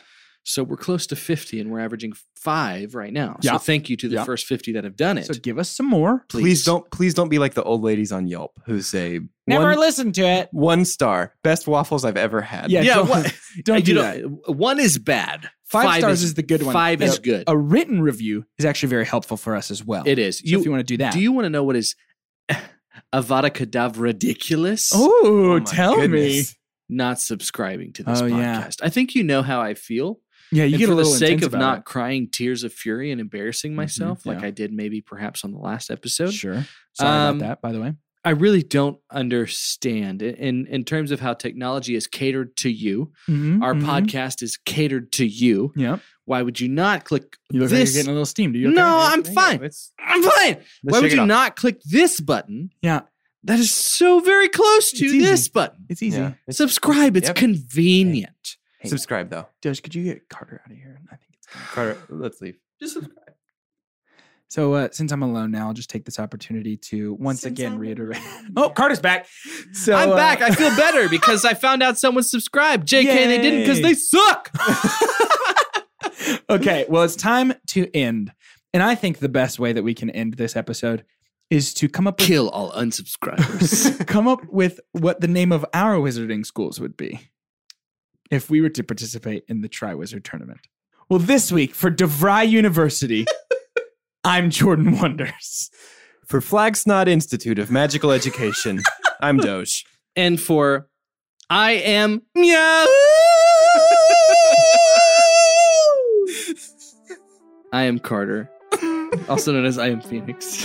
E: So we're close to 50 and we're averaging five right now. So
C: Yep.
E: thank you to the
C: Yep.
E: first 50 that have done it.
C: So give us some more.
B: Please. don't please don't be like the old ladies on Yelp who say one,
C: listen to it.
B: one star. Best waffles I've ever had.
C: Yeah,
E: Yeah,
C: don't,
E: what-
C: don't
E: You
C: do
E: know,
C: that.
E: One is bad.
C: Five, stars is, the good one.
E: Five
C: But
E: is good.
C: A written review is actually very helpful for us as well.
E: it is.
C: So if you want to do that,
E: Do you want to know what is Avada Kedavra ridiculous?
C: Oh,
B: my
C: tell
B: goodness.
E: Not subscribing to this
C: Oh, yeah.
E: podcast. I think you know how I feel.
C: me. Yeah, you
E: and
C: get
E: for
C: a little
E: the sake
C: intense
E: of
C: about Mm-hmm.
E: not crying tears of fury and embarrassing myself, like
C: yeah.
E: I did maybe perhaps on the last
C: it.
E: episode,
C: Sure. Sorry
E: Um,
C: about that, by the way.
E: I really don't understand i- in in terms of how technology is catered to you.
C: Mhm,
E: Our
C: mhm.
E: podcast is catered to you.
C: Yeah.
E: Why would you not click
C: You look like
E: this?
C: you're getting a little steam. Do you?
E: no,
C: okay?
E: I'm fine. I'm fine. Why would you not click this button?
C: Yeah.
E: That is so very close
C: It's
E: to
C: easy.
E: this button.
C: It's easy.
B: Yeah. It's-
E: Subscribe. It's
B: Yep.
E: convenient.
C: Hey,
B: Subscribe though.
C: Doge, could you get Carter out of here? I think it's time.
B: Carter, let's leave.
E: Just subscribe.
C: So uh, since I'm alone now, I'll just take this opportunity to once
G: Since
C: again
G: I'm
C: reiterate.
G: alone
C: Oh,
G: now.
C: Carter's back. So
E: I'm
C: uh,
E: back. I feel better because I found out someone subscribed. JK, they didn't because
C: Yay.
E: they suck.
C: okay, well, it's time to end. And I think the best way that we can end this episode is to come up with
E: Kill all unsubscribers.
C: come up with what the name of our wizarding schools would be if we were to participate in the Triwizard tournament. Well, this week for DeVry University, I'm Jordan Wonders.
B: For Flagsnod Institute of Magical Education, I'm Doge.
E: and for I am meow. I am Carter. also known as I Am Phoenix.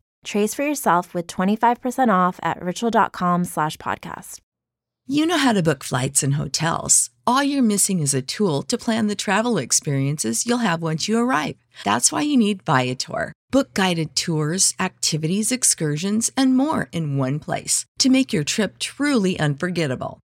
H: Trace for yourself with 25% off at ritual.com slash podcast.
I: You know how to book flights and hotels. All you're missing is a tool to plan the travel experiences you'll have once you arrive. That's why you need Viator. Book guided tours, activities, excursions, and more in one place to make your trip truly unforgettable.